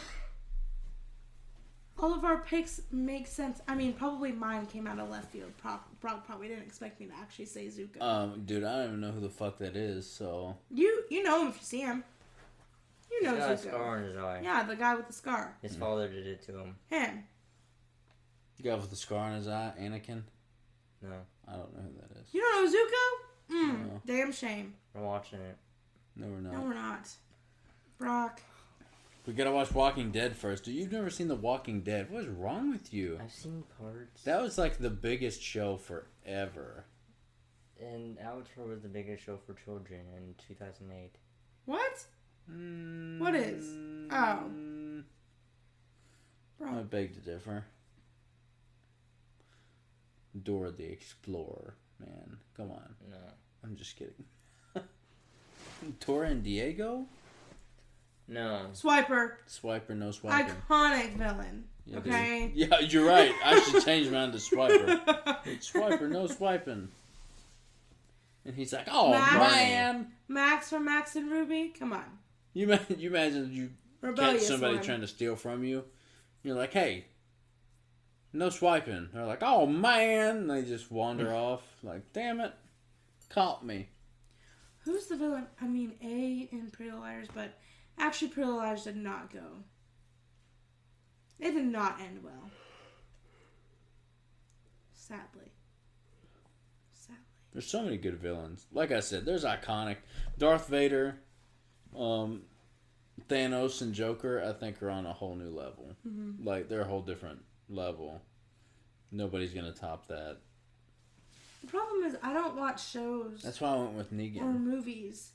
Speaker 3: all of our picks make sense. I mean, probably mine came out of left field. Pro- Brock probably didn't expect me to actually say Zuko.
Speaker 4: Um, dude, I don't even know who the fuck that is. So
Speaker 3: you you know him if you see him. You know
Speaker 2: He's got a
Speaker 3: Zuko.
Speaker 2: scar on his eye.
Speaker 3: Yeah, the guy with the scar.
Speaker 2: His father did it to him.
Speaker 3: Him.
Speaker 4: you got with the scar on his eye, Anakin.
Speaker 2: No,
Speaker 4: I don't know who that is.
Speaker 3: You don't know Zuko? Mm,
Speaker 4: No.
Speaker 3: Damn shame.
Speaker 2: I'm watching it.
Speaker 4: No, we're not.
Speaker 3: No, we're not. Brock.
Speaker 4: We gotta watch Walking Dead first. Dude, you've never seen The Walking Dead. What is wrong with you?
Speaker 2: I've seen parts.
Speaker 4: That was like the biggest show forever.
Speaker 2: And Avatar was the biggest show for children in 2008.
Speaker 3: What?
Speaker 4: Mm.
Speaker 3: What is? Oh.
Speaker 4: I
Speaker 3: Brock.
Speaker 4: beg to differ. Dora the Explorer, man. Come on.
Speaker 2: No.
Speaker 4: I'm just kidding. Dora and Diego?
Speaker 2: No.
Speaker 3: Swiper.
Speaker 4: Swiper, no swiping.
Speaker 3: Iconic villain.
Speaker 4: Yeah, dude.
Speaker 3: okay.
Speaker 4: Yeah, you're right. I should change mine to Swiper. Swiper, no swiping. And he's like, oh,
Speaker 3: Max.
Speaker 4: man.
Speaker 3: Max from Max and Ruby. Come on.
Speaker 4: You, ma- you imagine you catch
Speaker 3: Rebellious
Speaker 4: somebody
Speaker 3: one.
Speaker 4: trying to steal from you. You're like, hey, no swiping. They're like, oh man, and they just wander off. Like, damn it, caught me.
Speaker 3: Who's the villain? I mean, A in Pretty Little Liars, but actually, Pretty Little Liars did not go. It did not end well. Sadly. Sadly.
Speaker 4: There's so many good villains. Like I said, there's iconic Darth Vader, um, Thanos, and Joker. I think are on a whole new level.
Speaker 3: Mm-hmm.
Speaker 4: Like they're a whole different level. Nobody's gonna top that.
Speaker 3: The problem is, I don't watch shows
Speaker 4: That's why I went with
Speaker 3: or
Speaker 4: Negan.
Speaker 3: movies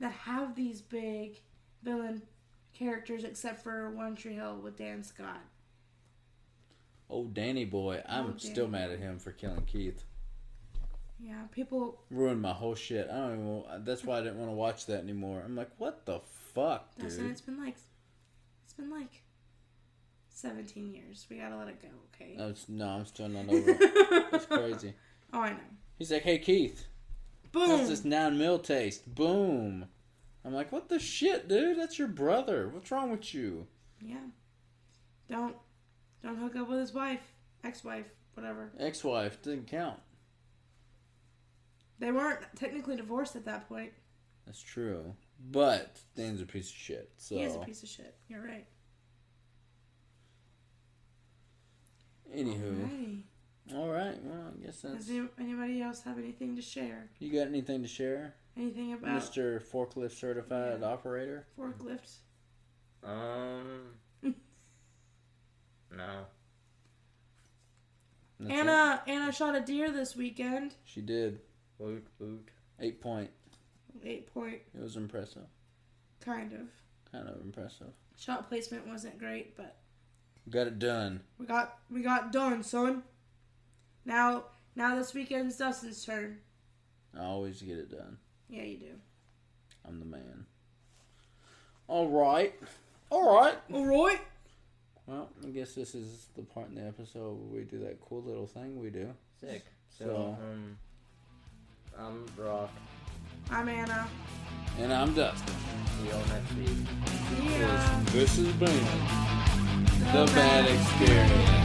Speaker 3: that have these big villain characters, except for One Tree Hill with Dan Scott.
Speaker 4: Oh, Danny boy, I'm
Speaker 3: Oh,
Speaker 4: still
Speaker 3: Danny.
Speaker 4: mad at him for killing Keith.
Speaker 3: Yeah, people.
Speaker 4: ruined my whole shit. I don't even. wa- That's why I didn't want to watch that anymore. I'm like, what the fuck,
Speaker 3: That's what
Speaker 4: dude?
Speaker 3: it's been like. It's been like 17 years. We gotta let it go, okay?
Speaker 4: I was, no, I'm still not over. it. It's crazy.
Speaker 3: Oh, I know.
Speaker 4: He's like, hey Keith,
Speaker 3: Boom.
Speaker 4: how's this nine mil taste? Boom. I'm like, what the shit, dude? That's your brother. What's wrong with you?
Speaker 3: Yeah. Don't don't hook up with his wife, ex-wife, whatever.
Speaker 4: Ex-wife didn't count.
Speaker 3: They weren't technically divorced at that point.
Speaker 4: That's true. But Dan's a piece of shit. So
Speaker 3: He is a piece of shit. You're right.
Speaker 4: anywho,
Speaker 3: Alrighty.
Speaker 4: all right. Well, I guess that's.
Speaker 3: Does any- anybody else have anything to share?
Speaker 4: You got anything to share,
Speaker 3: Anything about
Speaker 4: Mister Forklift Certified Operator?
Speaker 3: forklift?
Speaker 2: Um. no.
Speaker 4: That's it.
Speaker 3: Anna Anna shot a deer this weekend.
Speaker 4: She did
Speaker 2: Woot woot.
Speaker 4: eight point.
Speaker 3: Eight point,
Speaker 4: It was impressive.
Speaker 3: kind of.
Speaker 4: Kind of impressive.
Speaker 3: Shot placement wasn't great, but
Speaker 4: Got it done.
Speaker 3: We got we got done, son. Now now this weekend's Dustin's turn.
Speaker 4: I always get it done.
Speaker 3: Yeah, you do.
Speaker 4: I'm the man. All right. All right.
Speaker 3: All right.
Speaker 4: Well, I guess this is the part in the episode where we do that cool little thing we do.
Speaker 2: Sick. So,
Speaker 4: So-
Speaker 2: um. I'm Brock.
Speaker 3: I'm Anna.
Speaker 4: And I'm Dustin.
Speaker 2: See y'all next week.
Speaker 3: Yeah.
Speaker 4: This has been the bad experience.